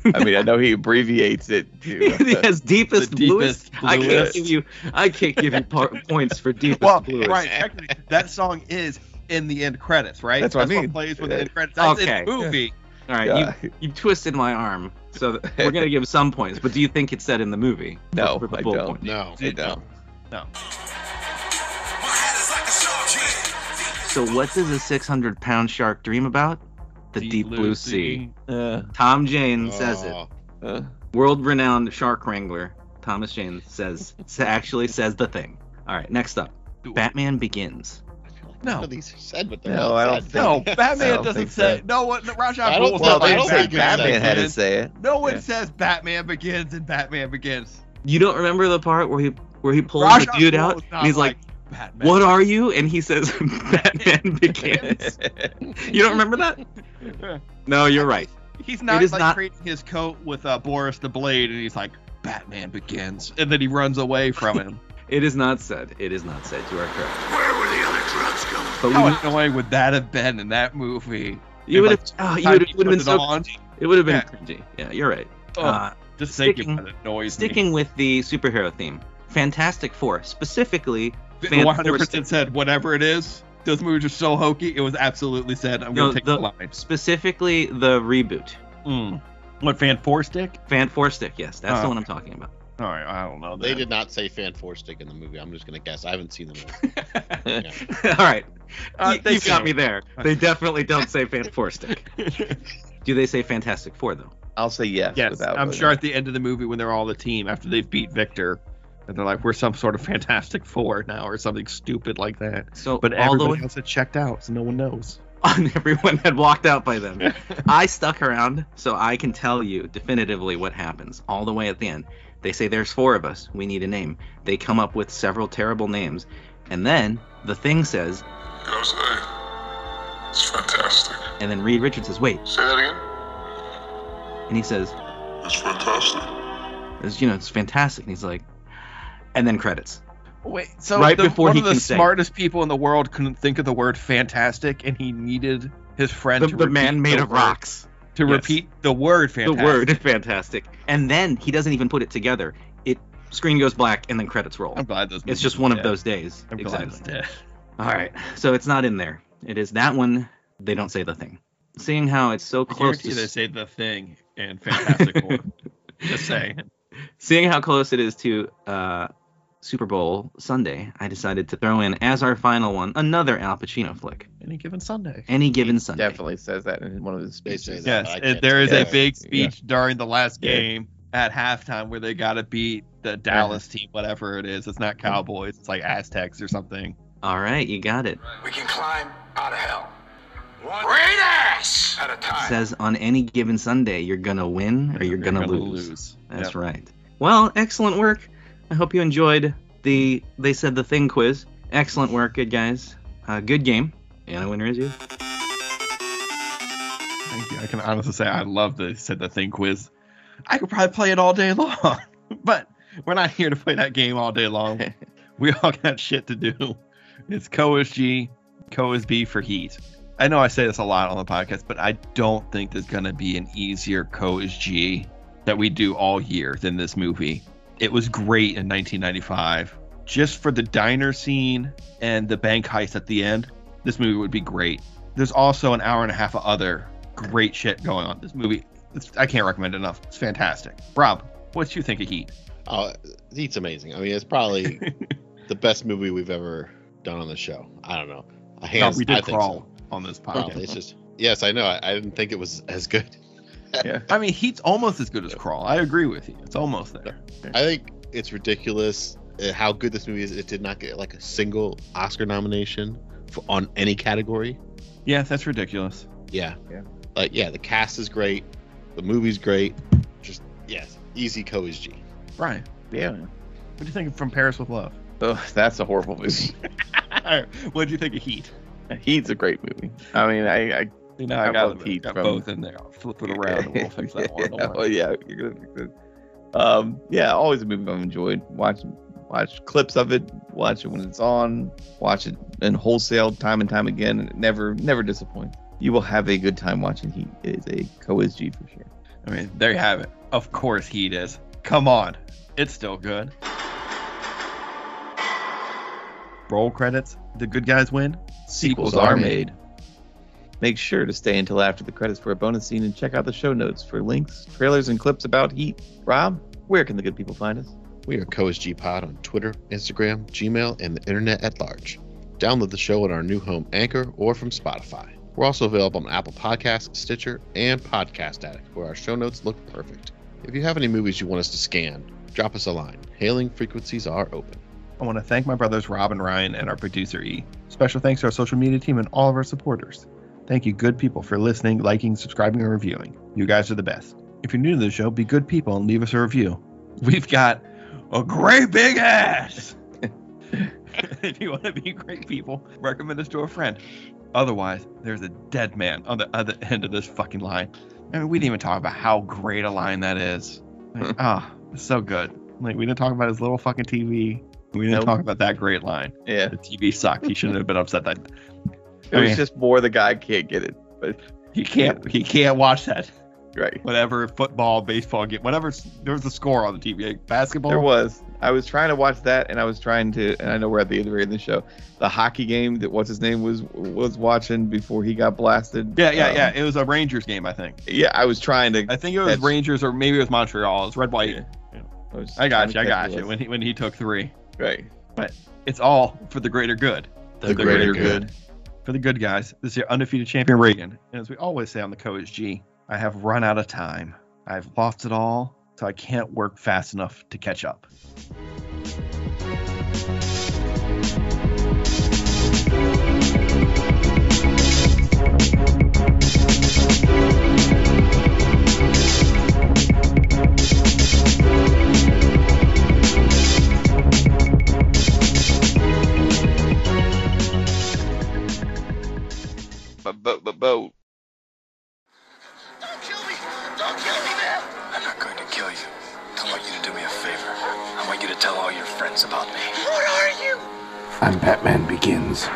fin.
I mean, I know he abbreviates it to. uh,
As deepest,
the
bluest.
deepest,
I can't
bluest.
give you. I can't give you par- points for deepest
Well,
bluest.
right. Technically, that song is in the end credits, right?
That's what I mean.
plays with the end credits. That's
Okay.
in the movie.
All right,
yeah.
you you twisted my arm, so th- we're gonna give some points. But do you think it's said in the movie?
No,
For the
I
bullet
don't.
point.
No.
I don't.
My head is like a shark teeth.
So what does a 600 pound shark dream about? The deep, blue, sea.
Uh,
Tom Jane says it.
Oh,
uh,
World renowned shark wrangler Thomas Jane says sa- actually says the thing. All right, next up.
Do it.
Batman Begins.
I feel like
No.
none of these are said, but they're
No,
all
I don't
said.
think-
Oh. No,
I
Batman
don't
doesn't
think
say
so.
no one. Raj
I don't-
Abdul
well,
says
I don't
they say
think that's
Batman had to
Begins.
say it.
No one
Yeah.
says Batman begins and Batman begins.
You don't remember the part where he where he pulls
Raj
the dude
Abdul
out
is not
and he's like,
Batman.
"What are you?" and he says Batman Begins. you don't remember that? No, you're right.
He's not
It is
like
not-
creating his coat with uh, Boris the Blade, and he's like, Batman begins, and then he runs away from him.
It is not said. It is not said. You are correct.
Where were the other drugs going?
But
How
we,
annoying would that have been in that movie?
you would
like,
have oh, you would have been so
on.
It would have been
Yeah.
cringy. Yeah, you're right.
Oh,
Uh,
just
sticking-
thinking about it annoys
sticking with the superhero theme, Fantastic Four, specifically,
me.
fan-
One hundred percent said whatever it is. Those movies are so hokey. It was absolutely said. I'm
No,
gonna take the,
the-
lines.
specifically the reboot.
Mm. What fan four stick?
Fan Four Stick, yes, that's the
Oh,
one I'm talking about.
All right, I don't know.
They
then.
did not say fan four stick in the movie. I'm just gonna guess. I haven't seen the movie. Yeah.
All right,
Uh,
you,
they
have got
do.
me there. They definitely don't say Fan Four Stick. Do they say Fantastic Four though?
I'll say yes.
Yes,
without
I'm
voting.
sure at the end of the movie when they're all the team after they've beat Victor, and they're like, "We're some sort of Fantastic Four now" or something stupid like that.
So,
But
all the
everybody
way,
else had checked out, so no one knows.
everyone had walked out by then. I stuck around, so I can tell you definitively what happens all the way at the end. They say there's four of us. We need a name. They come up with several terrible names, and then the thing says,
It was, uh, It's fantastic.
And then Reed Richards says, wait.
Say that again.
And he says,
It's fantastic.
it's, you know, it's fantastic. And he's like, and then credits.
Wait, so
Right
the-
before
one
he
of the
can say.
smartest people in the world couldn't think of the word fantastic, and he needed his friend
The,
to
the
repeat
man made
the
of
word-
rocks.
to
Yes.
repeat the word fantastic.
The word fantastic. And then he doesn't even put it together. It screen goes black and then credits roll.
I'm glad this.
It's
movie's
just one of
dead.
those days.
I'm glad it's
exactly.
dead.
All right. So it's not in there. It is that one. They don't say the thing. Seeing how it's so
I
close
guarantee
to
they say the thing and Fantastic Four. Just saying.
seeing how close it is to uh, Super Bowl Sunday, I decided to throw in as our final one another Al Pacino flick.
Any given Sunday.
Any given Sunday.
Definitely says that in one of his
They say
speeches.
that.
Yes,
I
and
can't
there is
tell.
a big
Yeah.
speech during the last
Yeah.
game at halftime where they got to beat the Dallas team, whatever it is. It's not Cowboys. It's like Aztecs or something.
All right, you got it.
We can climb out of hell. One Great ass! At a time.
Says on any given Sunday, you're gonna win or you're gonna, lose. That's
Yep.
right. Well, excellent work. I hope you enjoyed the they said the thing quiz. Excellent work, good guys. Uh, good game. And a winner is you.
Thank you. I can honestly say I love the said the thing quiz. I could probably play it all day long, but we're not here to play that game all day long. we all got shit to do. It's co is G, co is B for heat. I know I say this a lot on the podcast, but I don't think there's gonna be an easier co is G that we do all year than this movie. It was great in 1995. Just for the diner scene and the bank heist at the end, this movie would be great there's also an hour and a half of other great shit going on. This movie, it's, I can't recommend it enough. It's fantastic. Rob, what you think of Heat?
Oh, he's amazing. I mean, it's probably the best movie we've ever done on the show. I don't know.
No,
Hands,
we did
I think so.
crawl on this
Wow,
podcast.
it's just yes, I know. I, I didn't think it was as good.
yeah. I mean, Heat's almost as good as Crawl. I agree with you. It's almost there.
I think it's ridiculous uh, how good this movie is. It did not get like a single Oscar nomination for, on any category.
Yeah, that's ridiculous.
Yeah.
Yeah.
Like yeah, the cast is great, the movie's great. Just yes, easy co is G.
Brian,
Yeah.
what do you think of From Paris with Love?
Oh, that's a horrible movie.
what did you think of Heat?
Heat's a great movie. I mean, I, I
You know, I
I
got,
love Heat
got
from-
both in there. I'll flip it around and we'll fix that one. Don't
yeah,
worry.
well, yeah, you're gonna fix it. Um, yeah, always a movie I've enjoyed. Watch, watch clips of it. Watch it when it's on. Watch it in wholesale time and time again. and it never, never disappoints. You will have a good time watching Heat. It is a co-is G for sure.
I mean, there you have it. Of course, Heat is. Come on, it's still good. Roll credits. The good guys win.
Sequels are made. Make sure to stay until after the credits for a bonus scene and check out the show notes for links, trailers, and clips about Heat. Rob, where can the good people find us?
We are co is G Pod on Twitter, Instagram, Gmail, and the internet at large. Download the show at our new home Anchor or from Spotify. We're also available on Apple Podcasts, Stitcher, and Podcast Addict, where our show notes look perfect. If you have any movies you want us to scan, drop us a line. Hailing frequencies are open.
I want to thank my brothers Rob and Ryan and our producer E. Special thanks to our social media team and all of our supporters. Thank you, good people, for listening, liking, subscribing, and reviewing. You guys are the best. If you're new to the show, be good people and leave us a review. We've got a great big ass. if you want to be great people, recommend us to a friend. Otherwise, there's a dead man on the other end of this fucking line. I mean, we didn't even talk about how great a line that is. Like, ah, it's so good. Like, we didn't talk about his little fucking TV. We didn't
Nope.
talk about that great line.
Yeah,
The TV sucked. He shouldn't have been upset that
it was
Okay.
just more the guy can't get it. But
he can't. He can't watch that.
right,
Whatever football, baseball game, whatever. There was a score on the TV. Like, basketball.
there was. I was trying to watch that, and I was trying to. And I know we're at the end of the show. The hockey game that what's his name was was watching before he got blasted.
Yeah, yeah,
Um,
yeah. It was a Rangers game, I think.
yeah. I was trying to.
I think it was
That's-
Rangers or maybe it was Montreal. It was red, white.
Yeah. I, was
I got
trying
you. I
to
got
catch
you.
who it
When he when he took three,
was. right,
it's all for the greater good.
The greater
good.
For the good guys, this is your undefeated champion Reagan, and as we always say on the Coach G, I have run out of time. I've lost it all, so I can't work fast enough to catch up.
But, but but boat.
Don't kill me! Don't kill me, man!
I'm not going to kill you. I want you to do me a favor. I want you to tell all your friends about me.
What are you?
I'm Batman Begins.